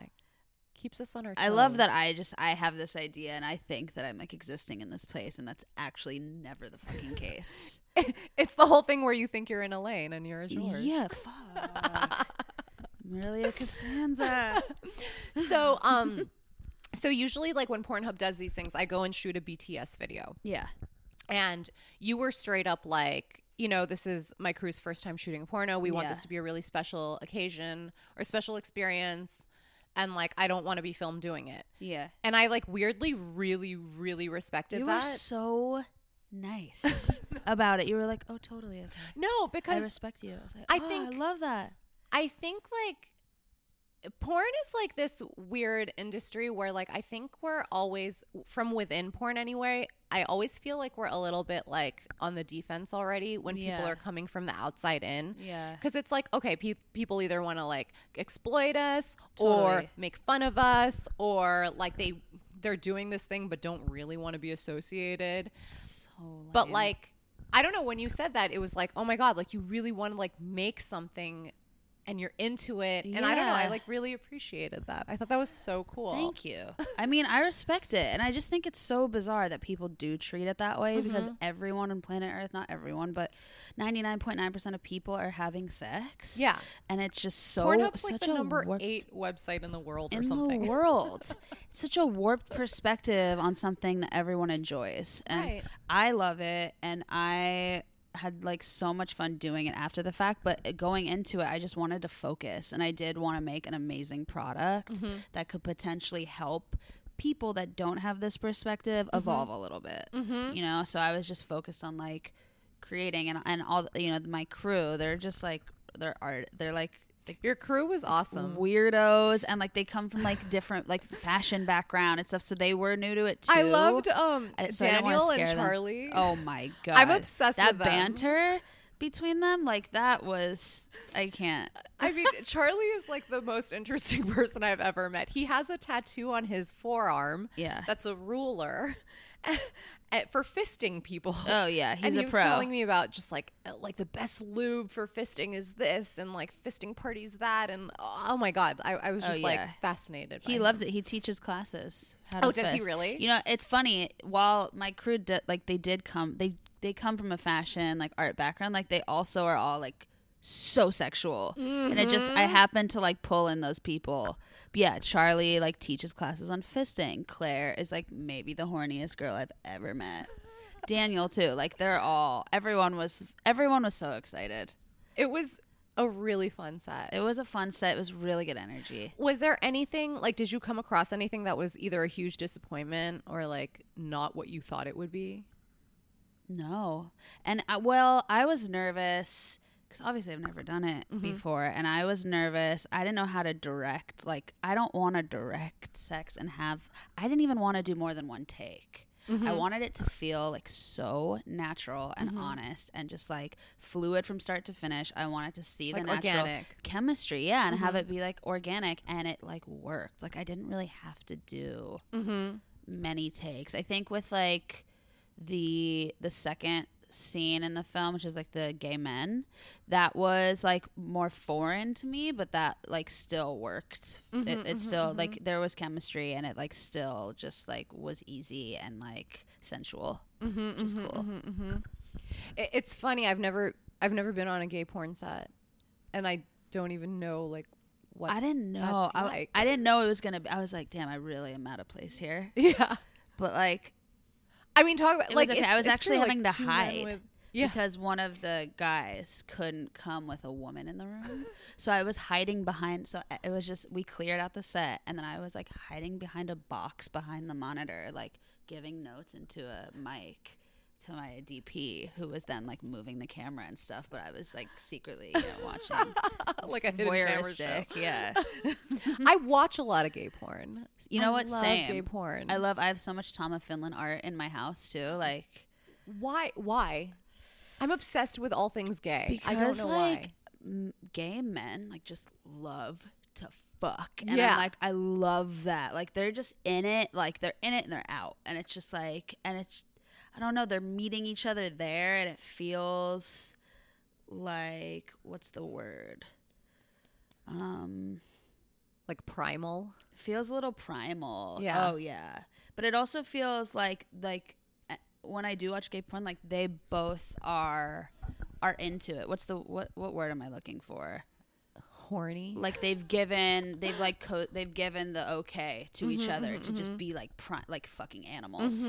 Keeps us on our. Um, I love that toes. I just I have this idea and I think that I'm like existing in this place and that's actually never the fucking case. [laughs] it's the whole thing where you think you're in a lane and you're a yours. Yeah, [laughs] fuck. Maria Costanza. [laughs] So um, so usually like when Pornhub does these things, I go and shoot a BTS video. Yeah. and you were straight up like you know this is my crew's first time shooting a porno we want Yeah. this to be a really special occasion or special experience and like i don't want to be filmed doing it Yeah. and i like weirdly really really respected you that were so [laughs] nice about it. You were like, oh, totally. Okay. no I because respect you. I was like, I oh, think- I love that. I think like porn is like this weird industry where like I think we're always from within porn anyway. I always feel like we're a little bit like on the defense already when people Yeah. are coming from the outside in. Yeah. Cuz it's like okay, pe- people either want to like exploit us or Totally. make fun of us or like they they're doing this thing but don't really want to be associated. So lame. But like, I don't know. When you said that, it was like, oh my god, like you really want to like make something, and you're into it. And I don't know. I Yeah. like really appreciated that. I thought that was so cool. Thank you. I mean, I respect it. And I just think it's so bizarre that people do treat it that way because Mm-hmm. everyone on planet Earth, not everyone, but 99.9% of people are having sex. Yeah. And it's just so, Pornhub's such like the a number warped- eight website in the world or in something. [laughs] the world. it's such a warped perspective on something that everyone enjoys. And Right. I love it and I had like so much fun doing it after the fact, but going into it I just wanted to focus and I did want to make an amazing product Mm-hmm. that could potentially help people that don't have this perspective Mm-hmm. evolve a little bit. You know, so I was just focused on like creating and and all you know my crew, they're just like they're art they're like like Your crew was awesome. weirdos and like they come from like different like fashion background and stuff so they were new to it too I loved um I- so I didn't wanna Daniel and scare them. Charlie. [laughs] oh my god I'm obsessed that with them. banter between them like that was i can't I mean, Charlie is like the most interesting [laughs] person I've ever met. He has a tattoo on his forearm. Yeah. That's a ruler [laughs] eh, for fisting people. Oh, yeah, he's and a he was pro. telling me about just like uh, like the best lube for fisting is this, and like fisting parties that, and oh my god, I, I was Oh, just like yeah. fascinated. he loves it he teaches classes how to Oh, does he fist. really? you know it's funny while my crew did like they did come they they come from a fashion like art background like they also are all like so sexual and it just Mm-hmm. i happen to like pull in those people But yeah charlie like teaches classes on fisting claire is like maybe the horniest girl i've ever met daniel too like they're all everyone was everyone was so excited It was a really fun set. it was a fun set it was really good energy was there anything like did you come across anything that was either a huge disappointment or like not what you thought it would be? No. And I, well, I was nervous because obviously I've never done it Mm-hmm. before. And I was nervous. I didn't know how to direct. Like, I don't want to direct sex and have, I didn't even want to do more than one take. Mm-hmm. I wanted it to feel like so natural and honest and just like fluid from start to finish. I wanted to see Like the natural organic. Mm-hmm. chemistry, yeah, and have it be like organic and it like worked. Like I didn't really have to do Mm-hmm. many takes. I think with like the the second scene in the film, which is like the gay men, that was like more foreign to me, but that like still worked. Mm-hmm, It, it still like there was chemistry, and it like still just like was easy and like sensual, Mm-hmm, which is cool. It, it's funny. I've never I've never been on a gay porn set, and I don't even know [laughs] like what I didn't know. that's I, like. I didn't know it was gonna. be I was like, damn, I really am out of place here. yeah. But like, I mean, talk about It was like okay. it's- I was it's actually true, like, having to two men hide with- yeah. because one of the guys couldn't come with a woman in the [laughs] room, so I was hiding behind. So it was just we cleared out the set, and then I was like hiding behind a box behind the monitor, like giving notes into a mic to my DP, who was then like moving the camera and stuff. But I was like secretly, you know, watching like a [laughs] hidden camera show. voyeuristic. Yeah, [laughs] I watch a lot of gay porn. you know I what? Love Same. gay porn. I love. I have so much Tama Finland art in my house too. Like. Why? Why? I'm obsessed with all things gay. because I don't know like why. m- gay men like just love to fuck and Yeah. i'm like i love that like they're just in it like they're in it and they're out and it's just like and it's i don't know they're meeting each other there and it feels like what's the word um Like primal. feels a little primal. Yeah. Oh yeah. But it also feels like like eh, when I do watch gay porn, like they both are are into it. What's the what what word am I looking for? Horny. Like they've given they've like co- they've given the okay to each Mm-hmm, other to just be like pri- like fucking animals.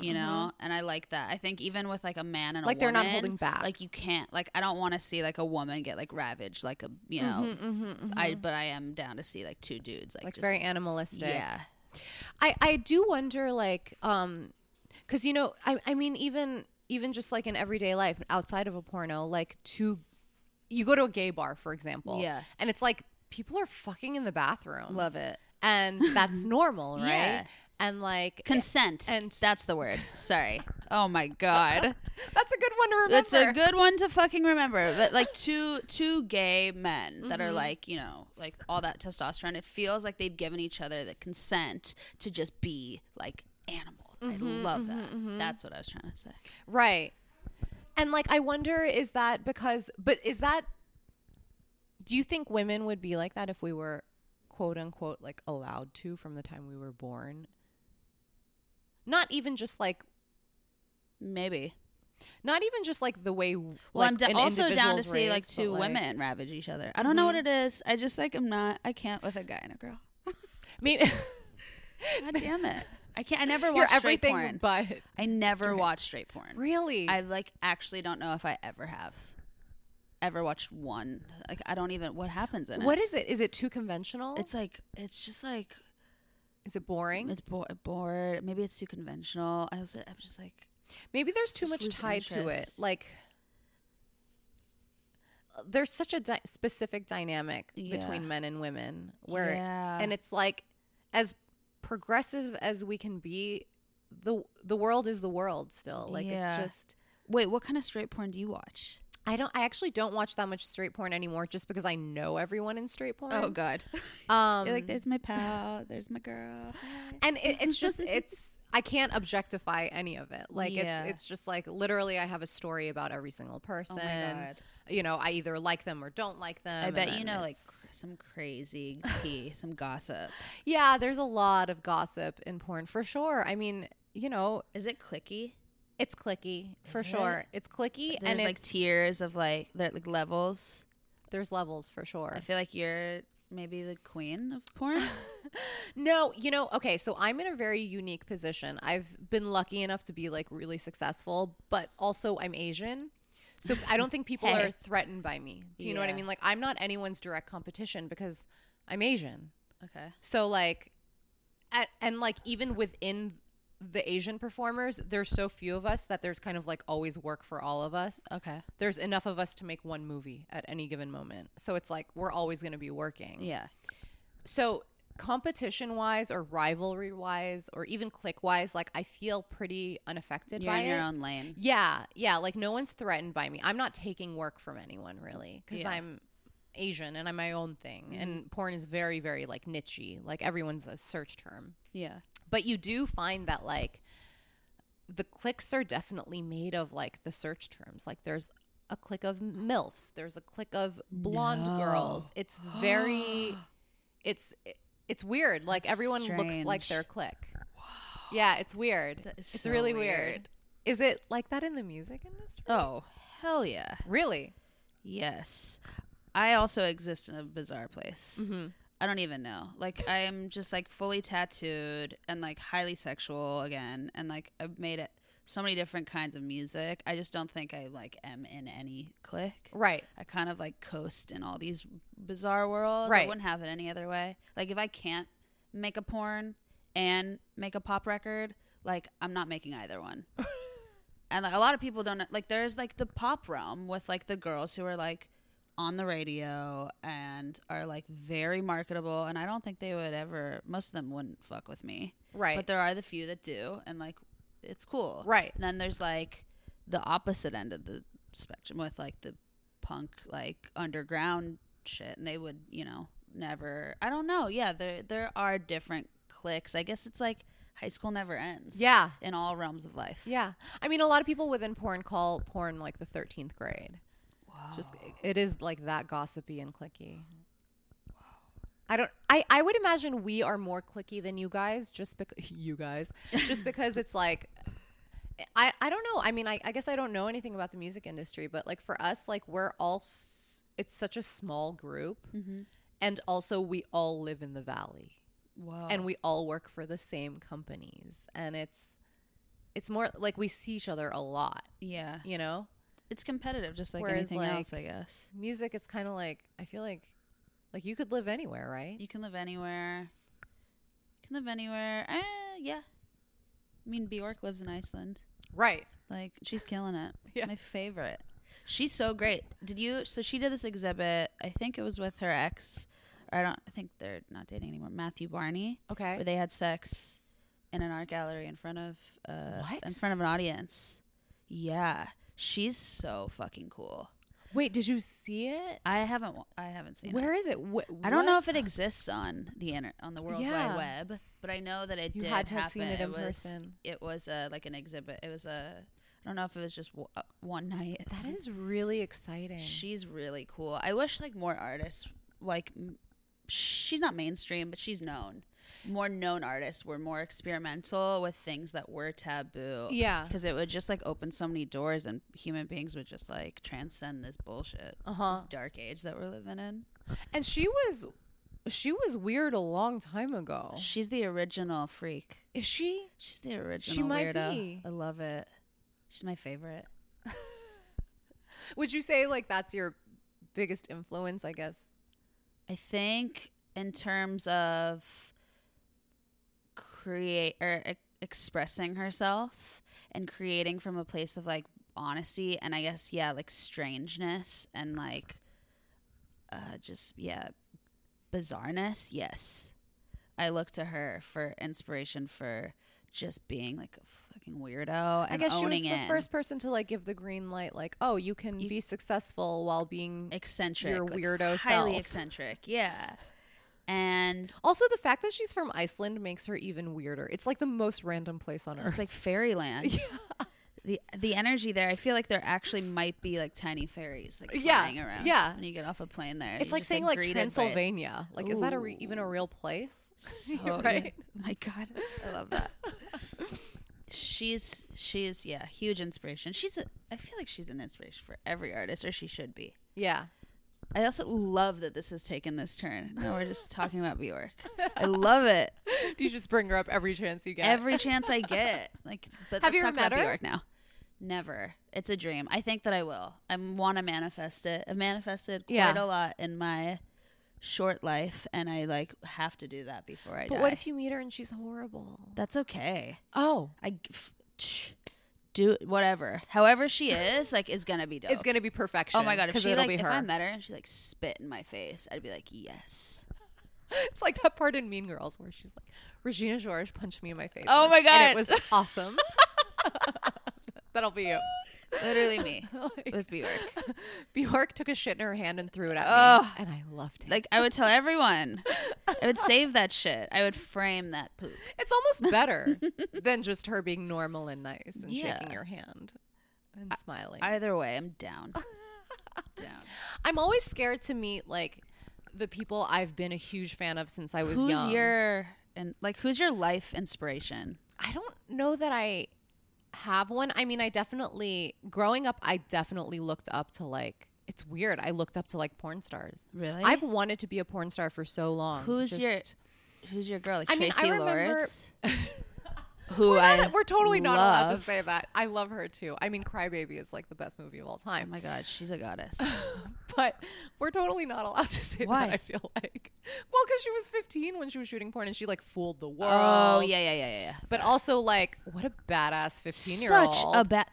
You know, and I like that. I think even with like a man and mm-hmm, Like a they're not woman, holding back. Like you can't. Like I don't want to see like a woman get like ravaged. Like a you know, I but I am down to see like two dudes like, Mm-hmm, Like just, very animalistic. yeah. I, I do wonder like um because you know I, I mean even even just like in everyday life outside of a porno like to you go to a gay bar for example Yeah. and it's like people are fucking in the bathroom Love it. and [laughs] that's normal right Yeah. and like Consent. And- that's the word. Sorry. Oh my [laughs] god. that's a good one to remember That's a good one to fucking remember. But like two two gay men that are like, you know, like all that testosterone, it feels like they've given each other the consent to just be like animal. I love that. That's what I was trying to say. right and like I wonder is that because but is that do you think women would be like that if we were quote unquote like allowed to from the time we were born not even just like Maybe. not even just like the way well Well, I'm da- also down to see like Mm-hmm. two women ravage each other. I don't know what it is. I just like I'm not. I can't with a guy and a girl. [laughs] maybe God damn it! [laughs] I can't. I never you're watch straight everything porn. but I never watch straight porn. really I like actually don't know if I ever have ever watched one. Like I don't even what happens in what it. is it is it too conventional It's like it's just like is it boring it's bo- bored. Maybe it's too conventional. I was I'm just like Maybe there's too Just much lose tied to it. interest. Like, there's such a di- specific dynamic Yeah. between men and women where, Yeah. and it's like, as progressive as we can be, the the world is the world still. Like Yeah. it's just. wait, what kind of straight porn do you watch? I don't. I actually don't watch that much straight porn anymore, just because I know everyone in straight porn. Oh, god. um, You're like there's my pal, there's my girl. and it, it's [laughs] just it's. I can't objectify any of it. Like Yeah. Oh it's it's just like literally, I have a story about every single person. you know, I either like them or don't like them. I and bet you then know like it's- cr- some crazy tea, some gossip. yeah, there's a lot of gossip in porn for sure. I mean, you know, Is it clicky? it's clicky for Is it? sure. It's clicky There's and like it's, tiers of like there like levels. there's levels for I sure. feel like you're maybe the queen of porn. No, you know, okay, so I'm in a very unique position. I've been lucky enough to be like really successful, but also I'm Asian. So I don't think people [laughs] Hey. are threatened by me. Do you know what I Yeah. mean? Like I'm not anyone's direct competition because I'm Asian. okay. So like, at, and like even within the Asian performers, there's so few of us that there's kind of like always work for all of us. Okay. There's enough of us to make one movie at any given moment. So it's like we're always going to be working. Yeah. So competition wise or rivalry wise or even click wise, like I feel pretty unaffected You're by in it. your own lane. Yeah, yeah. Like no one's threatened by me. I'm not taking work from anyone really because Yeah. I'm Asian and I'm my own thing. And porn is very, very like nichey. Like everyone's a search term. Yeah. But you do find that like the clicks are definitely made of like the search terms. Like there's a click of MILFs, there's a click of blonde girls. It's [gasps] very it's it's weird. Like everyone looks like strange. their click. Yeah, it's weird. is it's so really weird. weird. Is it like that in the music industry? Oh, hell yeah. Really? Yes. I also exist in a bizarre place. I don't even know. Like I am just like fully tattooed and like highly sexual again and like I've made it so many different kinds of music. I just don't think I like am in any clique. Right. I kind of like coast in all these bizarre worlds. I Right. wouldn't have it any other way. Like if I can't make a porn and make a pop record, like I'm not making [laughs] either one. and like a lot of people don't like there's like the pop realm with like the girls who are like on the radio and are like very marketable and I don't think they would ever most of them wouldn't fuck with me. Right. But there are the few that do, and like it's cool. Right. And then there's like the opposite end of the spectrum with like the punk, like underground shit, and they would, you know, never. I don't know. Yeah, there there are different cliques. I guess it's like high school never ends. Yeah. In all realms of life. Yeah. I mean, a lot of people within porn call porn like the 13th grade. Just it is like that gossipy and clicky. I don't I I would imagine we are more clicky than you guys just because [laughs] you guys [laughs] just because it's like I I don't know. I mean, I I guess I don't know anything about the music industry, but like for us like we're all s- it's such a small group. Mm-hmm. And also we all live in the valley Wow. and we all work for the same companies and it's it's more like we see each other a lot yeah, you know it's competitive, just like Whereas, anything like- else. I guess music it's kind of like i feel like like you could live anywhere right you can live anywhere. You can live anywhere. Eh, yeah. I mean, Bjork lives in Iceland. right Like she's killing it. [laughs] Yeah. My favorite. She's so great. Did you so she did this exhibit, I think it was with her ex. Or I don't I think they're not dating anymore. Matthew Barney. okay Where they had sex in an art gallery in front of uh What? in front of an audience. Yeah. She's so fucking cool. wait did you see it I haven't wa- I haven't seen it. where is it Wh- I don't know what? if it exists on the internet on the World Yeah. Wide Web, but I know that it You did had to have happen. seen it in was, person. It was uh, like an exhibit. It was a I don't know if it was just w- uh, one night. that is really exciting she's really cool. I wish like more artists like m- she's not mainstream, but she's known. More known artists were more experimental with things that were taboo. yeah Because it would just like open so many doors, and human beings would just like transcend this bullshit, Uh-huh. this dark age that we're living in. and she was she was weird a long time ago She's the original freak. is she She's the original might weirdo. be. I love it. She's my favorite. would you say like that's your biggest influence i guess I think in terms of create or e- expressing herself and creating from a place of like honesty and I guess yeah, like strangeness and like uh just yeah, bizarreness. Yes. I look to her for inspiration for just being like a fucking weirdo and I guess she was owning the it. first person to like give the green light, like, oh, you can be successful while being. eccentric, Your like, weirdo highly self. eccentric. Yeah, and also, the fact that she's from Iceland makes her even weirder. It's like the most random place on it's earth. [laughs] like fairyland. The the energy there, I feel like there actually might be like tiny fairies like Yeah, flying around. yeah. when you get off a plane there, It's You're like just, saying like greeted by it. [laughs] Transylvania. [laughs] Like, is that a re- even a real place? So, Right? yeah. [laughs] My God, I [laughs] love that. she's she's yeah, huge inspiration. She's a, I feel like she's an inspiration for every artist, or she should be. Yeah. I also love that this has taken this turn. Now we're just talking about Bjork. I love it. Do you just bring her up every chance you get? every chance [laughs] I get. Like, but Have let's you talk ever met about her? Bjork now. Never. It's a dream. I think that I will. I want to manifest it. I've manifested quite Yeah. a lot in my short life, and I like have to do that before I But die. what if you meet her and she's horrible? That's okay. Oh, I g- f- tch, do whatever. [laughs] However she is, like, is gonna be dope. it's gonna be perfection. Oh my god! If 'cause she it'll like, be if her. I met her and she like spit in my face, I'd be like, yes. it's like that part in Mean Girls where she's like, Regina George punched me in my face. Oh my And God. it [laughs] was awesome. That'll be you. Literally me [laughs] Like- with Bjork. Bjork took a shit in her hand and threw it at Ugh. me, and I loved it. Like I would tell everyone. I would save that shit. I would frame that poop. It's almost [laughs] better than just her being normal and nice and shaking Yeah. your hand and smiling. I, Either way, I'm down. [laughs] down. am always scared to meet like the people I've been a huge fan of since I was who's young. your and like who's your life inspiration? I don't know that I have one. I mean, I definitely growing up, I definitely looked up to like. It's weird. I looked up to like porn stars. Really? I've wanted to be a porn star for so long. Who's your Just- who's your girl? Like I mean, I Tracy remember- [laughs] Lawrence. Who We're, I not- we're totally not allowed to love. say that. I love her too. I mean, Crybaby is like the best movie of all Oh time. my god, she's a goddess. [laughs] Oh. but we're totally not allowed to say Why? that. I feel like, well, because she was 15 when she was shooting porn, and she like fooled the world. oh yeah, yeah, yeah, yeah. But also, like, what a badass 15 year yeah. old. Such a bad.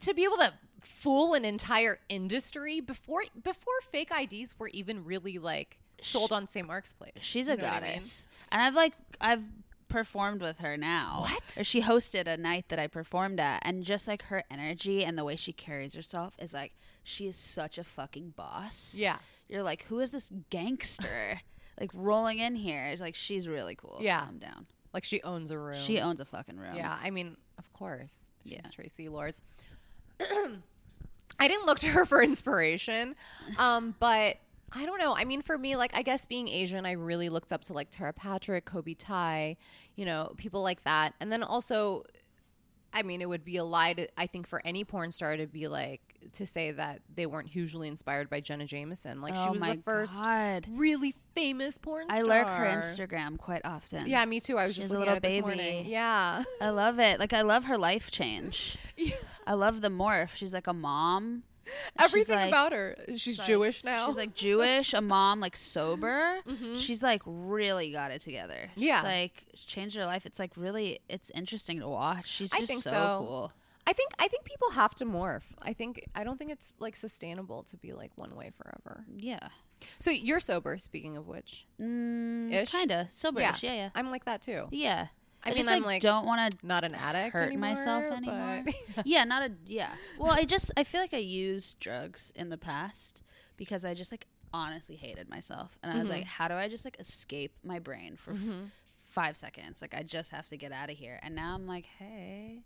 to be able to fool an entire industry before before fake IDs were even really like sold on St. Mark's Place. She's You a know what I mean? goddess, and I've like I've performed with her now. What? Or she hosted a night that I performed at, and just like her energy and the way she carries herself is like she is such a fucking boss. Yeah. you're like, who is this [laughs] gangster? like rolling in here. It's like she's really cool. Yeah. calm down. Like she owns a room. She owns a fucking room. Yeah, I mean, of course. She's Yeah. Tracy Lors. [coughs] I didn't look to her for inspiration, um, but I don't know. I mean, for me, like I guess being Asian, I really looked up to like Tara Patrick, Kobe Tai, you know, people like that. And then also, I mean, it would be a lie, to, I think, for any porn star to be like to say that they weren't hugely inspired by Jenna Jameson. Like she Oh was my the first God. really famous porn star. I lurk her Instagram quite often. Yeah, me too. I was She's just a looking at little it this baby. morning. Yeah. [laughs] I love it. Like I love her life change. I love the morph. She's like a mom. She's, [laughs] everything like- about her. uh, She's Jewish like- now. Mm-hmm. She's like Jewish, a mom, like sober. She's like really got it together. Yeah. She's like changed her life. It's like really, it's interesting to watch. She's I just think so, so. cool. I think I think people have to morph. I think I don't think it's like sustainable to be like one way forever. Yeah. So you're sober, speaking of which. Mm, Ish? kind of soberish. Yeah. Yeah. Yeah. I'm like that too. I I, mean, just I'm like, like don't want to Not an addict. hurt anymore, myself but- anymore. [laughs] [laughs] yeah, not a yeah. Well, I just I feel like I used drugs in the past because I just like honestly hated myself, and I was like, Mm-hmm. how do I just like escape my brain for f- five seconds? Like I just have to get out of here. And now I'm like, hey,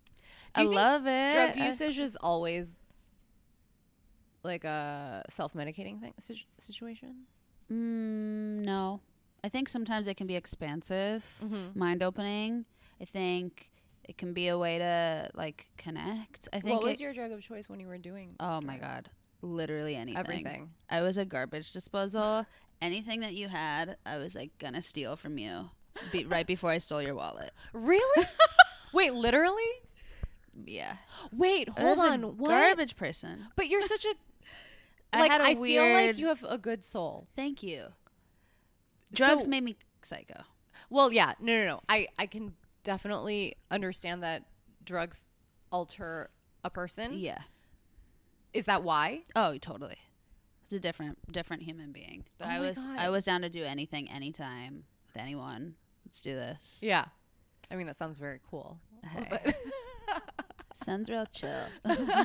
Do I you think love it. Drug I- usage is always like a self-medicating thing situ- situation. Mm, no, I think sometimes it can be expansive, Mm-hmm. mind opening. I think it can be a way to like connect. I think What was it- your drug of choice when you were doing? Oh my drugs? god. Literally anything. Everything. I was a garbage disposal. anything that you had, I was like gonna steal from you. Be- right before I stole your wallet. [laughs] Really? Wait, literally? Yeah. Wait, I hold was a on. what? Garbage person. But you're such a I like had a I weird feel like you have a good soul. Thank you. Drugs So- made me psycho. Well, yeah. No, no, no. I I can definitely understand that drugs alter a person. Yeah. Is that why? Oh, totally. It's a different different human being. But Oh I my was God. I was down to do anything, anytime, with anyone. Let's do this. Yeah. I mean, that sounds very cool. Hey. [laughs] But Sounds real chill. [laughs]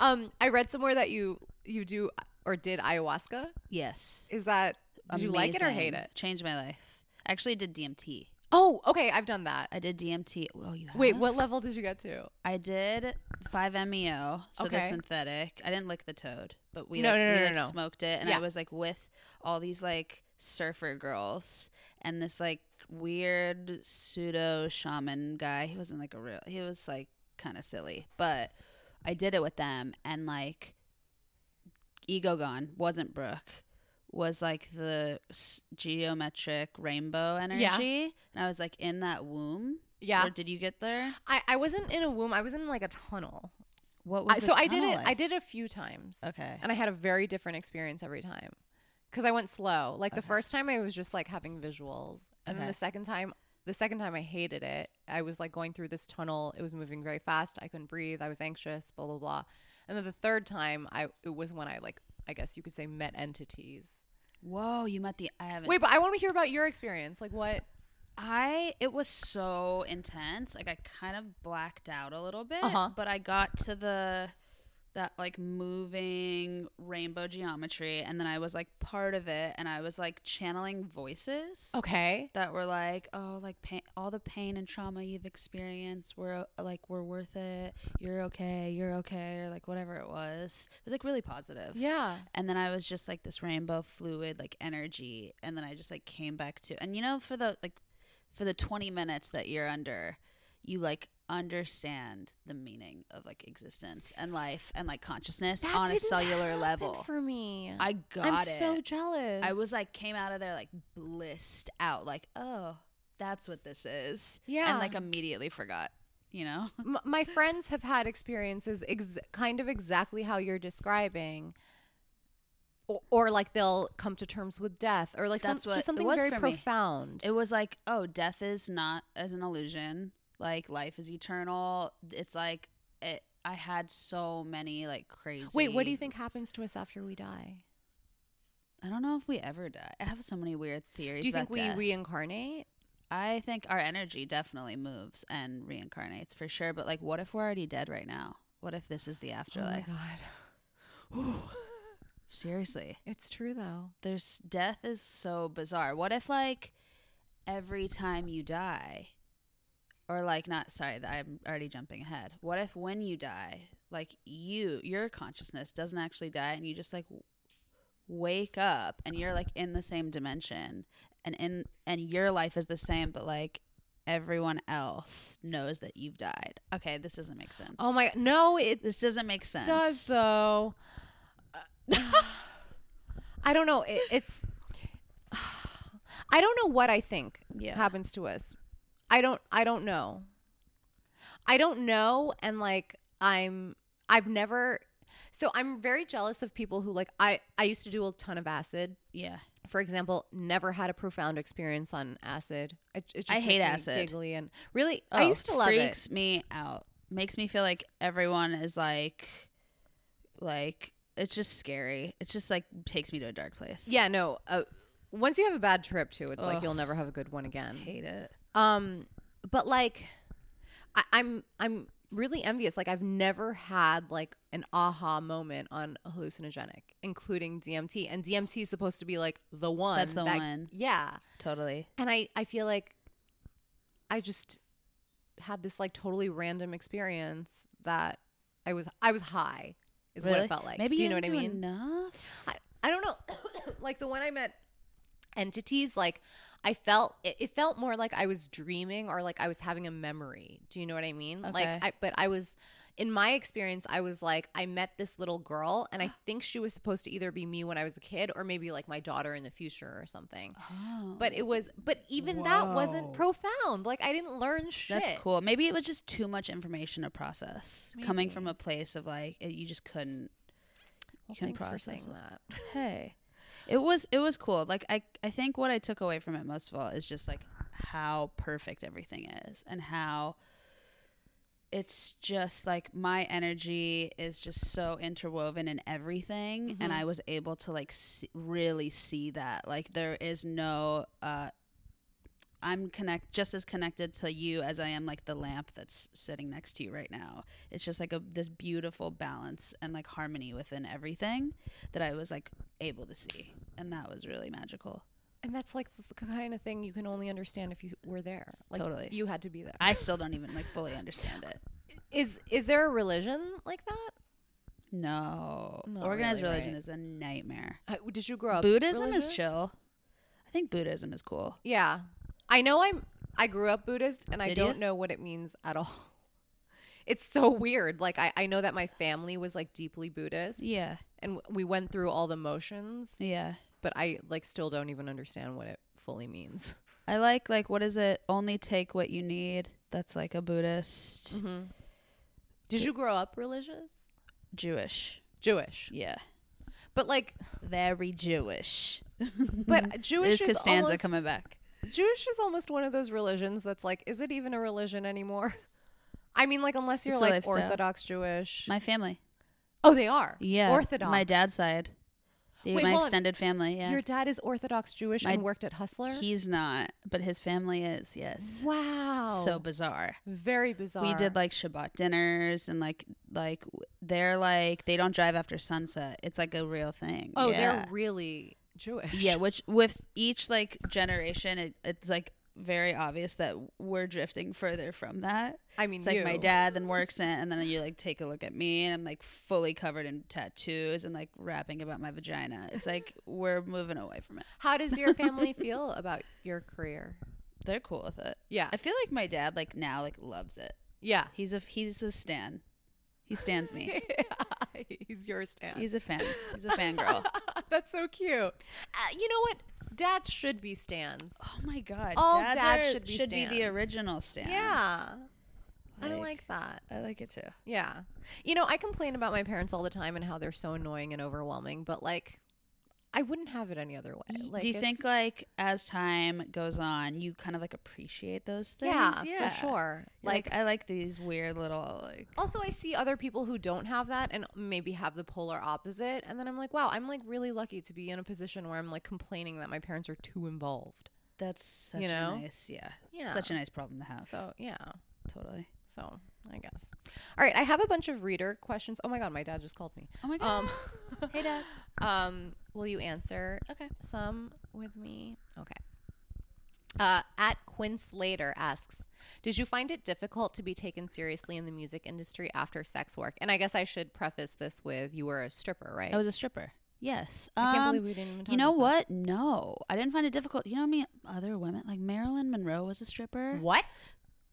um I read somewhere that you you do or did ayahuasca. yes. Is that did you like it or hate Amazing. it? Changed my life. I actually did DMT. Oh, okay. I've done that. I did DMT. Oh, you have? Wait, what level did you get to? I did 5-MeO, so the Okay. synthetic. I didn't lick the toad, but we No, like, no, no, we, no, like no. smoked it, and Yeah. I was like with all these like surfer girls and this like weird pseudo shaman guy. He wasn't like a real. He was like kind of silly, but I did it with them, and like ego gone wasn't Brooke. Was like the s- geometric rainbow energy, and I was like in that womb. Yeah. Or did you get there? I, I wasn't in a womb. I was in like a tunnel. What was I, the so I did tunnel it. like? I did it a few times. Okay. and I had a very different experience every time because I went slow. Like the first time, I was just like having visuals, and then Okay. the second time, the second time I hated it. I was like going through this tunnel. It was moving very fast. I couldn't breathe. I was anxious. Blah blah blah. And then the third time, I it was when I like I guess you could say met entities. Whoa, you met the I haven't. Wait, but I want to hear about your experience. Like what? I it was so intense. Like I kind of blacked out a little bit, Uh-huh. but I got to the that like moving rainbow geometry and then I was like part of it and I was like channeling voices Oh. Okay. that were like oh like pain, all the pain and trauma you've experienced were uh, like were worth it you're okay you're okay or like whatever it was it was like really positive Yeah. and then I was just like this rainbow fluid like energy and then I just like came back to and you know for the like for the 20 minutes that you're under you like understand the meaning of like existence and life and like consciousness That on a didn't cellular happen level for me. I got I'm it so jealous. I was like came out of there like blissed out like oh that's what this is Yeah. and like immediately forgot you know M- my friends have had experiences ex- kind of exactly how you're describing or, or like they'll come to terms with death or like some- That's what just it something was very for me. profound It was like, oh, death is not as an illusion. Like life is eternal. It's like it, I had so many like crazy. wait what do you think happens to us after we die I don't know if we ever die. I have so many weird theories. do you think about we death. reincarnate I think our energy definitely moves and reincarnates for sure. But like, what if we're already dead right now? What if this is Oh the afterlife? [sighs] Seriously, it's true though there's death is so bizarre. What if like every time you die or like not sorry, th- I'm already jumping ahead. What if when you die, like you your consciousness doesn't actually die and you just like w- wake up and you're like in the same dimension and in and your life is the same but like everyone else knows that you've died. Okay, this doesn't make sense. oh my no it this doesn't make sense. does [laughs] though [sighs] i don't know it, it's [sighs] i don't know what i think Yeah. happens to us i don't i don't know i don't know and like i'm i've never so i'm very jealous of people who like i i used to do a ton of acid yeah. for example, never had a profound experience on acid. It, it just I hate makes me acid. Giggly and really, I Oh, used to love freaks it. me out. Makes me feel like everyone is like, like it's just scary. It just like takes me to a dark place. Yeah, no. Uh, once you have a bad trip, too, it's like Ugh. you'll never have a good one again. hate it. Um, but like, I, I'm I'm really envious. Like, I've never had like an aha moment on a hallucinogenic, including DMT, and DMT is supposed to be like the one. That's the that- one. Yeah, Totally. and I I feel like I just had this like totally random experience that I was I was high is what Really? it felt like. Maybe do you, know you what I mean? didn't do Enough. I, I don't know. [coughs] like the one I met entities like I felt it, it felt more like I was dreaming or like I was having a memory. Do you know what I mean? Like Okay. I but I was in my experience I was like I met this little girl and [gasps] I think she was supposed to either be me when I was a kid or maybe like my daughter in the future or something. Oh, But it was, but even that wasn't Whoa. profound. Like I didn't learn shit. that's cool. Maybe it was just too much information to process. Coming from a place of like it, you just couldn't. Well, can thanks for process saying it. that. Hey, it was it was cool. Like I I think what I took away from it most of all is just like how perfect everything is and how it's just like my energy is just so interwoven in everything and i was able to like s really see that like there is no uh i'm connect just as connected to you as i am like the lamp that's sitting next to you right now it's just like a this beautiful balance and like harmony within everything that i was like able to see and that was really magical And that's like the kind of thing you can only understand if you were there. Like, Totally. you had to be there. i still don't even like fully understand it Is is there a religion like that? no Not organized really, religion right. is a nightmare Uh, Did you grow up? Buddhism religious? is chill. I think Buddhism is cool. Yeah, I know. I'm. I grew up Buddhist, and I Did don't you? know what it means at all. [laughs] It's so weird. Like I, I know that my family was like deeply Buddhist, Yeah. and w- we went through all the motions, Yeah. but I like still don't even understand what it fully means. I like like what is it? Only take what you need. That's like a Buddhist Mm-hmm. Did you grow up religious? Jewish. Jewish, Yeah. but like, Very Jewish. [laughs] but Jewish There's is Costanza almost, coming back. Jewish is almost one of those religions that's like, is it even a religion anymore? [laughs] I mean, like unless you're It's a like lifestyle. Orthodox Jewish. My family. oh, they are. Yeah. Orthodox. My dad's side. The, Wait, my hold on. extended family, yeah. Your dad is Orthodox Jewish My- and worked at Hustler. He's not, but his family is, yes. wow. So bizarre. very Oh, bizarre. We did like Shabbat dinners and like like w- they're like they don't drive after sunset. It's like a real thing. Oh, yeah. they're really Jewish. yeah. Which with each like generation, it, it's like very obvious that we're drifting further from that. [laughs] I mean, It's like my you. dad then works in, and then you like take a look at me, and I'm like fully covered in tattoos and like rapping about my vagina. It's like [laughs] we're moving away from it. How does your [laughs] family feel about your career? They're cool with it. Yeah. I feel like my dad like now like loves it. Yeah. He's a he's a stan. He stands me. [laughs] He's your stand. He's a fan. He's a fangirl. [laughs] That's so cute. Uh, you know what? Dads should be stands. [laughs] oh my god. All Dads dads are- should be the stans. original stands. Yeah. I Like- like that. I like it too. Yeah. You know, I complain about my parents all the time and how they're so annoying and overwhelming, but like I wouldn't have it any other way. Like Do you it's- think like as time goes on, you kind of like appreciate those things? yeah, for sure. You're Like, Like, I like these weird little like also I see other people who don't have that and maybe have the polar opposite and then I'm like, wow, I'm like really lucky to be in a position where I'm like complaining that my parents are too involved. that's such You know? a nice yeah. Yeah. Such a nice problem to have. So, yeah. totally. So, I guess. All right, I have a bunch of reader questions. Oh my god, my dad just called me. Oh my god. Um [laughs] hey dad. [laughs] um will you answer Okay. some with me. Okay. Uh, at Quinn Slater asks, did you find it difficult to be taken seriously in the music industry after sex work? And I guess I should preface this with you were a stripper, right? I was a stripper. Yes. I can't Um, believe we didn't even talk You know about what? No, I didn't find it difficult. You know what I mean? Other women, like Marilyn Monroe was a stripper. that. What?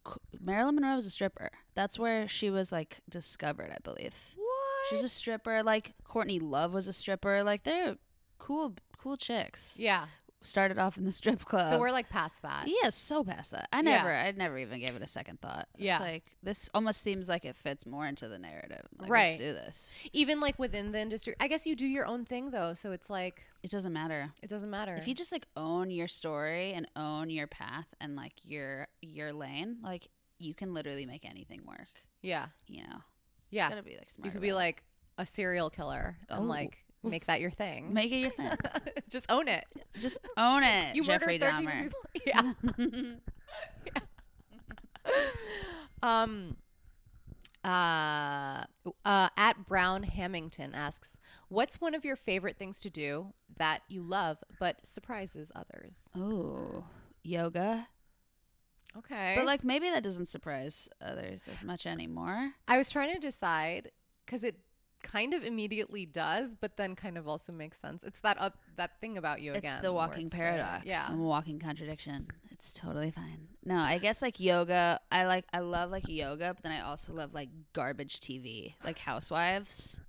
C- Marilyn Monroe was a stripper. That's where she was like discovered, I believe. What? She was a stripper. Like Courtney Love was a stripper. Like they're cool, cool chicks. Yeah. Started off in the strip club. so we're like past that. Uh, yeah, so past that. I Yeah. never, I never even gave it a second thought. It's Yeah. like this almost seems like it fits more into the narrative. Like, Right. Let's do this. Even like within the industry, I guess you do your own thing though, so it's like It doesn't matter. it doesn't matter. if you just like own your story and own your path and like your your lane like you can literally make anything work yeah, you know yeah, gotta be like smart you could be about it. like a serial killer and Oh. like [laughs] make that your thing. make it your [laughs] thing just own it. just own it You jeffrey murdered 13 dahmer people. [laughs] Yeah. [laughs] Um, uh, uh, at Brown Hammington asks, "What's one of your favorite things to do that you love but surprises others?" oh yoga Okay, but like maybe that doesn't surprise others as much anymore I was trying to decide because it kind of immediately does, but then kind of also makes sense. It's that up that thing about you again. it's the where walking it's the- paradox yeah, and walking contradiction it's totally fine no i guess like yoga i like i love like yoga but then i also love like garbage tv like housewives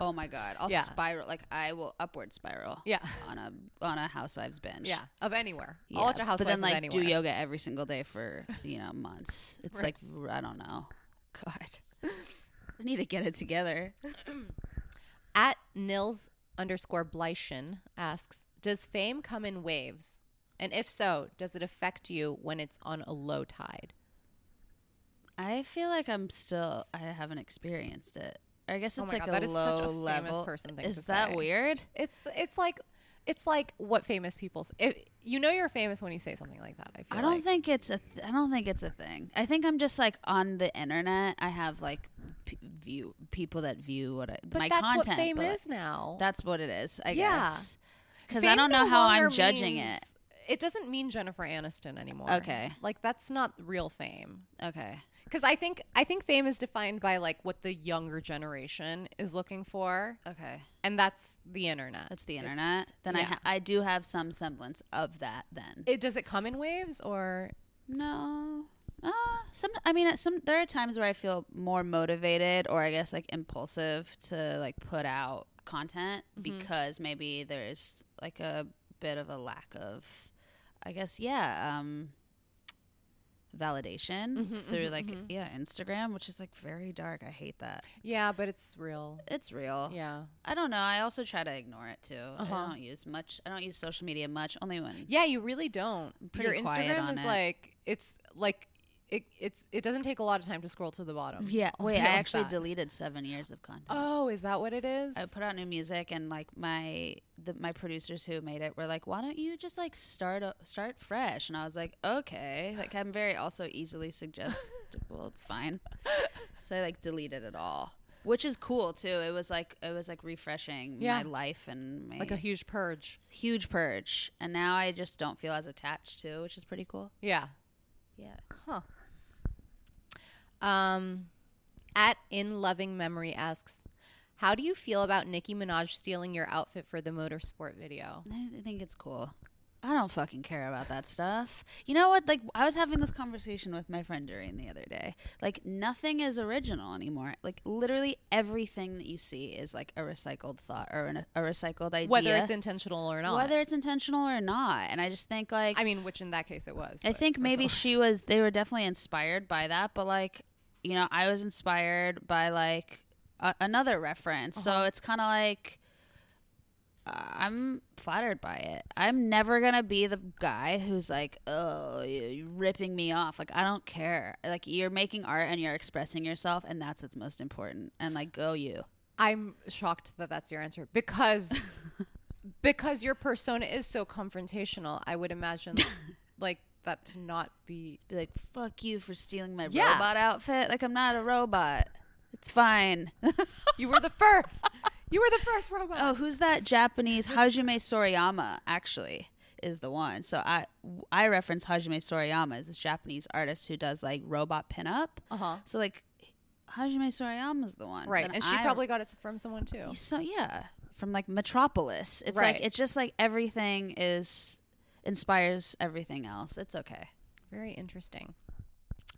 oh my god i'll Yeah. spiral like i will upward spiral yeah, on a on a housewives binge yeah. Of anywhere, Yeah, all at your house, but then like anywhere. do yoga every single day for you know [laughs] months it's Right. like i don't know [laughs] god i need to get it together At Nils underscore Bleichen asks, does fame come in waves? And if so, does it affect you when it's on a low tide? I feel like I'm still. I haven't experienced it. I guess Oh it's my like God, that a is low such a famous level. person thing is to that say. weird? It's it's like it's like what famous people s- if you know you're famous when you say something like that. I feel I don't like. think it's a. Th- I don't think it's a thing. I think I'm just like on the internet. I have like p- view people that view what I, but my that's content. what fame but is now. That's what it is. I Yeah. guess because I Fame don't know no how I'm longer judging means- it. It doesn't mean Jennifer Aniston anymore. Okay. Like that's not real fame. Okay. Cuz I think I think fame is defined by like what the younger generation is looking for Okay. and that's the internet. That's the It's- internet. then I yeah. ha- I do have some semblance of that. Then It does it come in waves or No. Uh, some I mean uh, some there are times where I feel more motivated or I guess like impulsive to like put out content Mm-hmm. because maybe there's like a bit of a lack of I guess yeah, um Mm-hmm, validation through like yeah, Instagram, which is like very dark. I hate that. yeah, but it's real. It's real. Yeah. I don't know. I also try to ignore it too. Uh-huh. I don't use much. I don't use social media much. Only when Yeah, you really don't. pretty Your quiet Instagram on is it. like it's like it it's it doesn't take a lot of time to scroll to the bottom. Yeah. I'll Wait, say I it like actually that. deleted seven years of content. Oh, is that what it is? I put out new music, and like my the, my producers who made it were like, "Why don't you just like start o- start fresh?" And I was like, "Okay." Like I'm very also easily suggestible. it's fine. [laughs] So I like deleted it all, which is cool too. It was like it was like refreshing Yeah. my life and my like a huge purge. huge purge. And now I just don't feel as attached to, which is pretty cool. Yeah. Yeah. Huh. Um, at in loving memory asks, how do you feel about Nicki Minaj stealing your outfit for the motorsport video? I I think it's cool. I don't fucking care about that stuff. You know what? Like, I was having this conversation with my friend during the other day. Like, nothing is original anymore. Like, literally everything that you see is like a recycled thought or an, a recycled idea. Whether it's intentional or not. whether it's intentional or not. And I just think like I mean, which in that case it was. I but think for maybe sure. she was. They were definitely inspired by that, but like, you know, I was inspired by like a, another reference. So it's kind of like uh, I'm flattered by it. I'm never gonna be the guy who's like, oh, y- you're ripping me off. Like I don't care. Like you're making art and you're expressing yourself, and that's what's most important. And like, go you. I'm shocked that that's your answer [laughs] because because your persona is so confrontational. I would [laughs] imagine like that to not be Be like, fuck you for stealing my Yeah. robot outfit. Like I'm not a robot. It's fine. [laughs] You were the first. you were the first robot. Oh, who's that Japanese Hajime Sorayama? Actually, is the one. So I I reference Hajime Sorayama as this Japanese artist who does like robot pinup. Uh-huh. So like Hajime Sorayama's the one, right. Then And she I- probably got it from someone too. so yeah from like Metropolis. It's Right. like it's just like everything is inspires everything else. It's okay. Very interesting.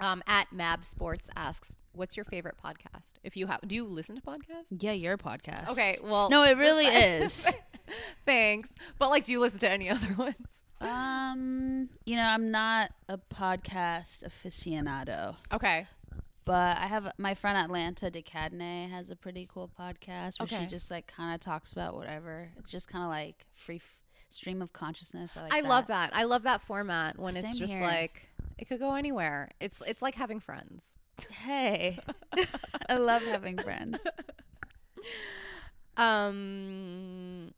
Um, at Mab Sports asks, "What's your favorite podcast? If you have, do you listen to podcasts? Yeah, your podcast. Okay, well, no, it really is. [laughs] Thanks, but like, do you listen to any [laughs] other ones? Um, you know, I'm not a podcast aficionado. Okay, But I have my friend Atlanta DeCadney has a pretty cool podcast where Okay. she just like kind of talks about whatever. It's just kind of like free f- stream of consciousness. I, like I love that. I love that format when it's Same just here. like it could go anywhere. It's it's like having friends. Hey, [laughs] I love having friends. Um,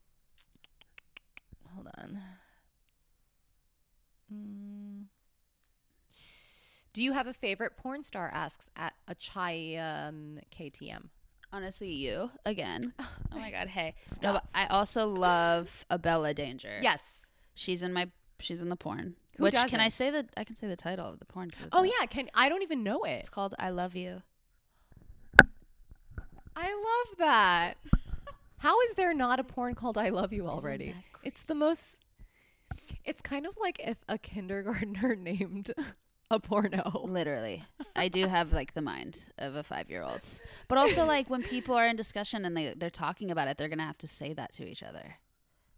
hold on. Mm. Do you have a favorite porn star? Asks at a Chayan KTM. Honestly, you again. Oh my god. Hey, No, but I also love Abella Danger. Yes. she's in my she's in the porn. Who which doesn't? can I say that I can say the title of the porn? 'cause it's Oh a- yeah. Can I don't even know it. it's called I Love You. I love that. [laughs] How is there not a porn called "I Love You" already? that It's the most. It's kind of like if a kindergartner [laughs] named a porno. Literally. I do have like the mind of a five year old. But also like when people are in discussion and they, they're talking about it, they're gonna have to say that to each other.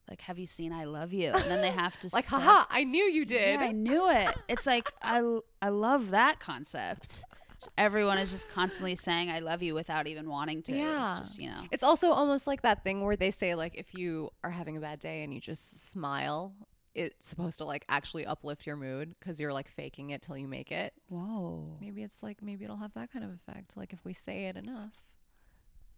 Like, have you seen I love you? And then they have to [laughs] Like, say, haha! I knew you did. Yeah, I knew it. It's like I I love that concept. Just everyone is just constantly saying I love you without even wanting to. Yeah. Just, you know. It's also almost like that thing where they say like if you are having a bad day and you just smile, it's supposed to like actually uplift your mood because you're like faking it till you make it. Whoa. Maybe it's like maybe it'll have that kind of effect. Like if we say it enough,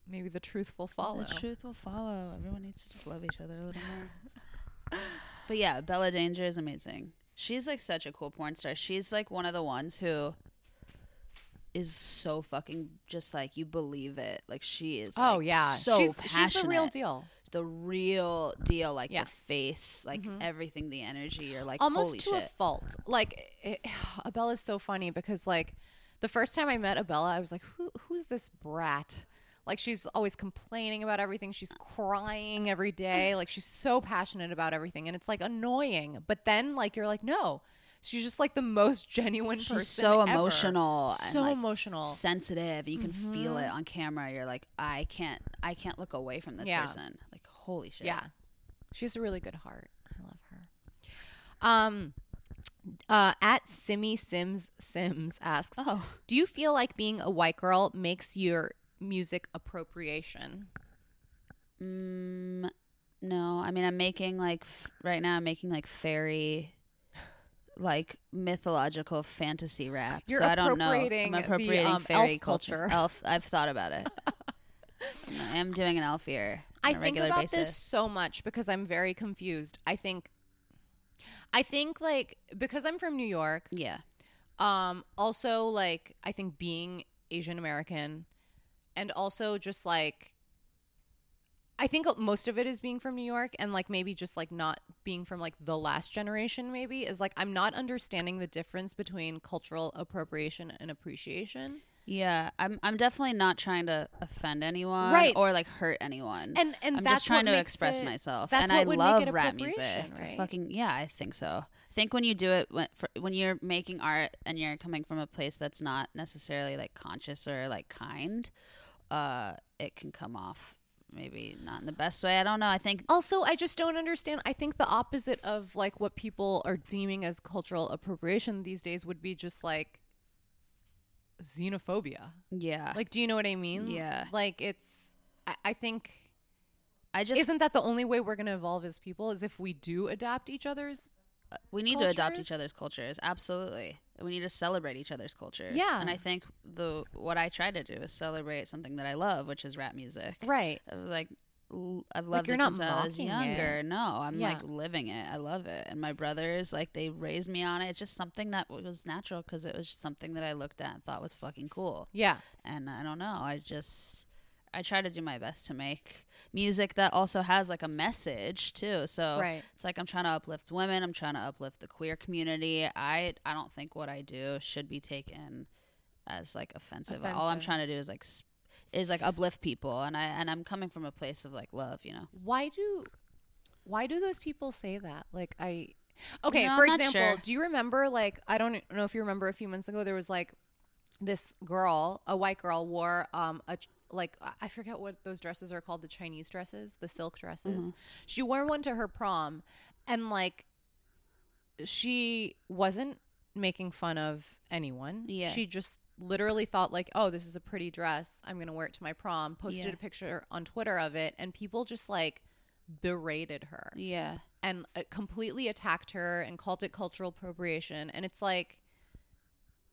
maybe the truth will follow. The truth will follow. Everyone needs to just love each other a little more. [laughs] but yeah, Bella Danger is amazing. She's like such a cool porn star. She's like one of the ones who is so fucking just like you believe it. Like she is. Oh like, yeah, so she's, passionate. she's the real deal. The real deal, like Yeah. Mm-hmm. the face, like everything, the energy. You're like almost holy to shit. a fault. Like [sighs] it, Abella's so funny because like the first time I met Abella, I was like, who who's this brat? Like she's always complaining about everything. She's crying every day. Like she's so passionate about everything, and it's like annoying. But then like you're like, no, she's just like the most [laughs] genuine person. She's so ever. emotional. and, So like, emotional. Mm-hmm. sensitive. You can feel it on camera. You're like, I can't, I can't look away from this Yeah. person. Like, holy shit. Yeah. She has a really good heart. I love her. Um uh at Simmy Sims Sims asks, Oh. "Do you feel like being a white girl makes your music appropriation?" Mm, no, I mean I'm making like f- right now I'm making like fairy like mythological fantasy rap. You're so I don't know. appropriating I'm the, appropriating um, fairy elf culture. culture. Elf. I've thought [laughs] about it. I am doing an elf ear. I On a think regular about basis. this so much because I'm very confused. I think, I think like because I'm from New York. Yeah. Um, also like I think being Asian American, and also just like, I think most of it is being from New York and like maybe just like not being from like the last generation. Maybe is like I'm not understanding the difference between cultural appropriation and appreciation. Yeah, I'm. I'm definitely not trying to offend anyone, Right. or like hurt anyone. And and I'm that's just trying what to makes express it- myself, that's and what I would make love it rap music. appropriation, I right? fucking yeah, I think so. I think when you do it when, for, when you're making art and you're coming from a place that's not necessarily like conscious or like kind, uh, it can come off maybe not in the best way. I don't know. I think Also, I just don't understand. I think the opposite of like what people are deeming as cultural appropriation these days would be just like xenophobia. yeah, Like, do you know what I mean? Yeah. Like, it's, I, I think, I just isn't that the only way we're going to evolve as people is if we do adapt each other's? we need to adopt each cultures? other's cultures absolutely we need to celebrate each other's cultures Yeah. and i think the what i try to do is celebrate something that i love which is rap music Right. i was like l- I've loved you're it not since I was mocking younger. No, I'm Yeah. like living it. I love it. And my brothers, like, they raised me on it. It's just something that was natural because it was just something that I looked at and thought was fucking cool Yeah. and I don't know. I just I try to do my best to make music that also has like a message too. So Right. it's like I'm trying to uplift women. I'm trying to uplift the queer community. I I don't think what I do should be taken as like offensive. All I'm Offensive. trying to do is like sp- is like uplift people, and I and I'm coming from a place of like love, you know. Why do, why do those people say that? Like, I, okay, know, for I'm not example, sure. do you remember, like, I don't know if you remember a few months ago, there was like this girl, a white girl, wore um a ch- like I- I forget what those dresses are called, the Chinese dresses, the silk dresses. Mm-hmm. She wore one to her prom, and like she wasn't making fun of anyone. Yeah. she just literally thought like, oh, this is a pretty dress. I'm gonna wear it to my prom. Posted Yeah. a picture on Twitter of it, and people just like berated her Yeah. and uh, completely attacked her and called it cultural appropriation and it's like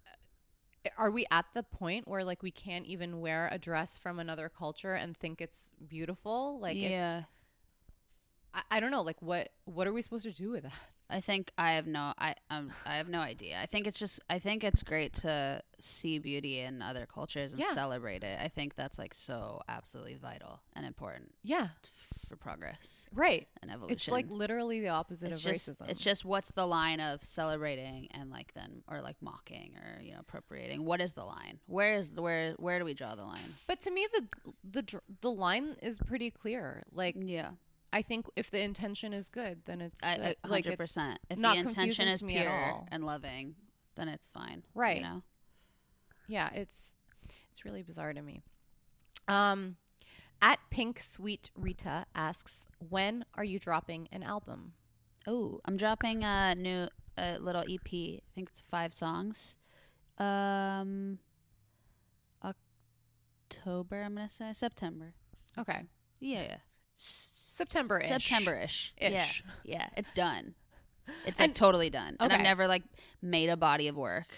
uh, are we at the point where like we can't even wear a dress from another culture and think it's beautiful like yeah. it's I, I don't know like what what are we supposed to do with that I think I have no I um I have no idea. I think it's just I think it's great to see beauty in other cultures and Yeah. celebrate it. I think that's like so absolutely vital and important yeah for progress right and evolution. it's like literally the opposite it's of just racism it's just what's the line of celebrating and like then or like mocking or you know appropriating. What is the line? Where is the where where do we draw the line? but to me the the dr- the line is pretty clear like Yeah. i think if the intention is good then it's good. I, I, Like, it's 100%. if not the confusing intention to is me at pure all. and loving, then it's fine. Right. You know? Yeah, it's it's really bizarre to me. Um at Pink Sweet Rita asks, "When are you dropping an album?" Oh, I'm dropping a new a little EP. I think it's five songs. Um, October. I'm gonna say September. Okay. Yeah, yeah. September-ish. September-ish. Yeah, Ish. yeah. It's done. It's like And- totally done. And I've okay. never like made a body of work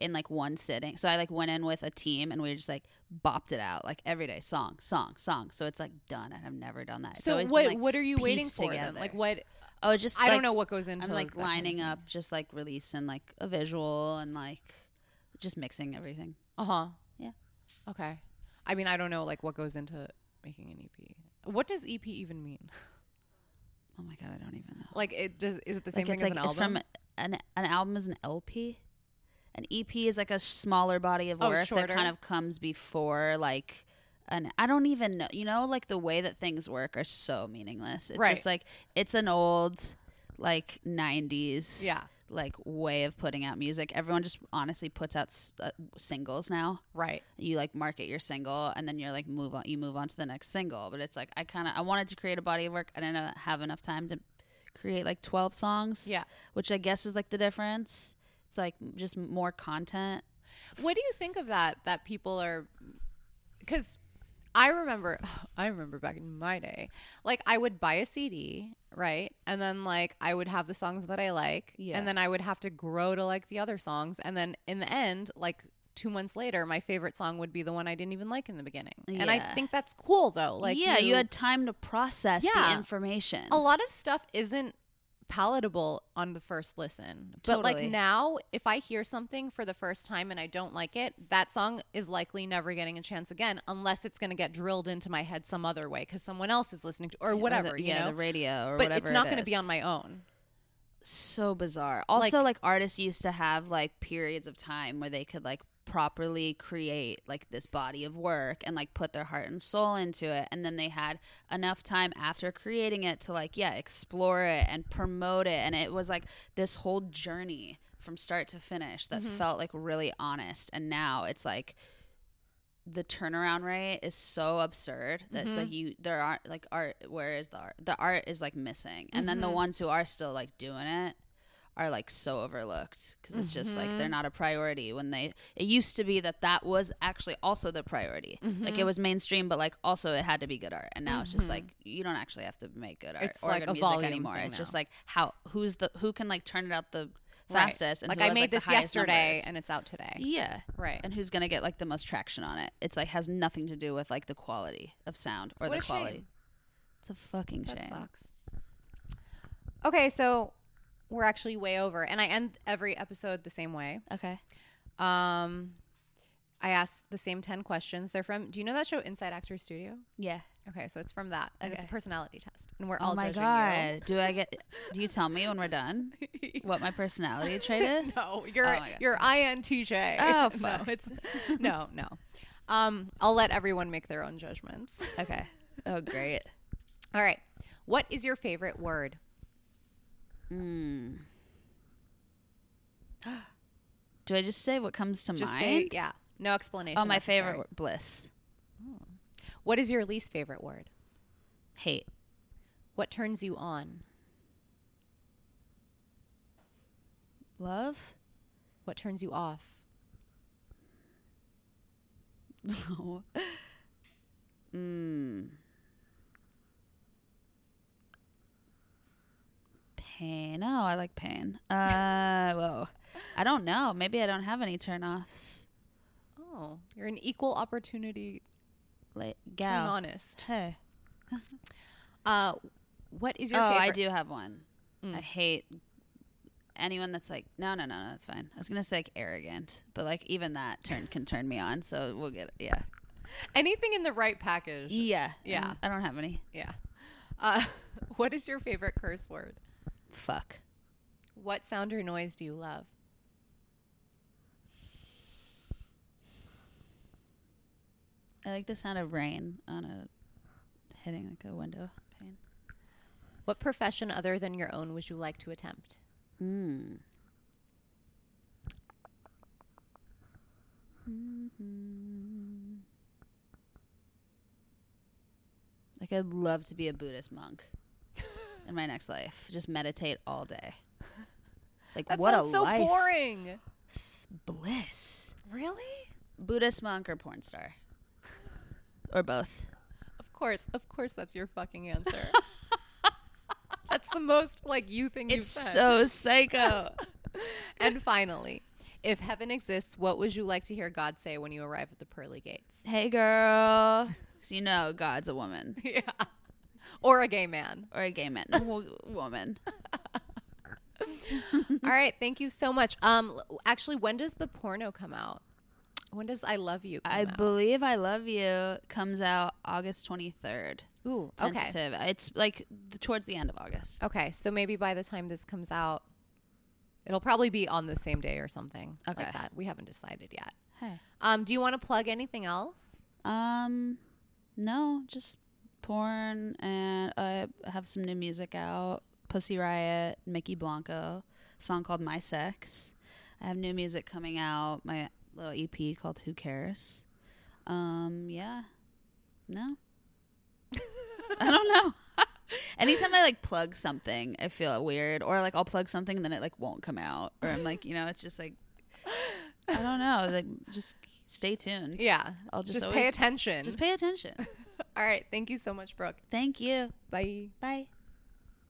in like one sitting. So I like went in with a team and we just like bopped it out like every day, song, song, song. So it's like done, and I've never done that. It's So always what been, like, what are you waiting pieced for then? Like together. what Oh, it's just I like, don't know what goes into I'm that like kind of lining thing. up, just like releasing like a visual and like just mixing everything. Uh-huh. Yeah. Okay. I mean, I don't know like what goes into making an EP. What does EP even mean? Oh my god, I don't even know. Like it does is it the same like thing it's as like an it's album? from an an album is an LP. An EP is like a smaller body of Oh, work that shorter. kind of comes before like an I don't even know. You know, like the way that things work are so meaningless. It's Right. just like it's an old like 90s Yeah. like way of putting out music. Everyone just honestly puts out s- uh, singles now. right. you like market your single and then you're like move on you move on to the next single but it's like i kind of i wanted to create a body of work i didn't uh, have enough time to create like 12 songs Yeah. which i guess is like the difference it's like m- just more content What do you think of that? That people are, because I remember, [sighs] I remember back in my day, like I would buy a CD, right? And then like I would have the songs that I like, Yeah. and then I would have to grow to like the other songs, and then in the end, like two months later, my favorite song would be the one I didn't even like in the beginning. And I Yeah. think that's cool though. Like, yeah, you, Oh, had time to process Yeah. the information. a lot of stuff isn't palatable on the first listen. But like Totally. now, if I hear something for the first time and I don't like it, that song is likely never getting a chance again unless it's going to get drilled into my head some other way cuz someone else is listening to or Or the- whatever, you yeah, know. the radio or but whatever. it's not it going to be is. on my own. so bizarre. Like- Also, like, artists used to have like periods of time where they could like properly create like this body of work and like put their heart and soul into it and then they had enough time after creating it to like yeah explore it and promote it and it was like this whole journey from start to finish that felt like really honest and now it's like the turnaround rate is so absurd that it's like you there aren't like art where is the art the art is like missing and then the Mm-hmm. ones who are still like doing it are like so overlooked because it's just like Mm-hmm. they're not a priority when they it used to be that that was actually also the priority Mm-hmm. Mm-hmm. like it was mainstream but like also it had to be good art and now it's just like you don't actually have to make good art It's or like good a music volume anymore thing it's just now. like how who's the who can like turn it out the Right. fastest and like who I has, made the this highest yesterday numbers. and it's out today. yeah Right. and who's gonna get like the most traction on it. It's like has nothing to do with like the quality of sound or What the a shame. quality. It's a fucking That shame. sucks. Okay, so we're actually way over and I end every episode the same way. Okay. Um I asked the same 10 questions. They're from Do you know that show Inside Actors Studio? Yeah. Okay, so it's from that. And it's a Okay. personality test. And we're oh all my judging god. [laughs] Do I get? Do you tell me when we're done you. what my personality trait is? no, you're Oh my God. you're INTJ. Oh, [laughs] no, fuck. it's no, no. Um, I'll let everyone make their own judgments. Okay. Oh great. [laughs] All right. What is your favorite word? Mm. [gasps] Do I just say what comes to Just mind? say yeah. No explanation. Oh, my necessary. favorite word, bliss. What is your least favorite word? Hate. What turns you on? Love. [laughs] What turns you off? No. Mm. Pain. Oh, I like pain. Uh, [laughs] whoa. I don't know. Maybe I don't have any turnoffs. Oh, you're an equal opportunity Like and gal. honest. Hey. Uh, what is Oh, your favorite? I do have one. Mm. I hate anyone that's like, no, no, no, no, it's fine. I was gonna say like arrogant, but like even that turn can turn me on. So we'll get, yeah, Anything in the right package. yeah, Yeah. I don't have any. Yeah. Uh, [laughs] what is your favorite curse word? Fuck. What sound or noise do you love? I like the sound of rain on a hitting like a window pane. What profession other than your own would you like to attempt? Mm. Mm-hmm. Like I'd love to be a Buddhist monk in my next life. Just meditate all day. Like what a so life. boring. S- Bliss. Really? Buddhist monk or porn star. or both. Of course, of course, that's your fucking answer. [laughs] that's the most like you thing you've It's said. so psycho. and finally, if heaven exists, what would you like to hear God say when you arrive at the pearly gates? hey girl 'Cause you know god's a woman yeah, or a gay man. or a [laughs] gay man no, wo- woman All right, thank you so much. Um, l- actually, when does the porno come out? When does I Love You? Come i out? believe i love you comes out august 23rd Ooh, okay. Oh, tentative it's like the, towards the end of august Okay, so maybe by the time this comes out, it'll probably be on the same day or something Okay. like that. We haven't decided yet. hey Um, do you want to plug anything else? um no just porn and i have some new music out pussy riot mickey blanco song called my sex i have new music coming out my little ep called who cares um yeah no I don't know. [laughs] Anytime I like plug something, I feel weird. Or like I'll plug something and then it like won't come out. Or I'm like, you know, it's just like I don't don't know. Like, just stay tuned. Yeah. I'll just just always- pay attention. Just pay attention. All right. Thank you so much, Brooke. Thank you. Bye. Bye.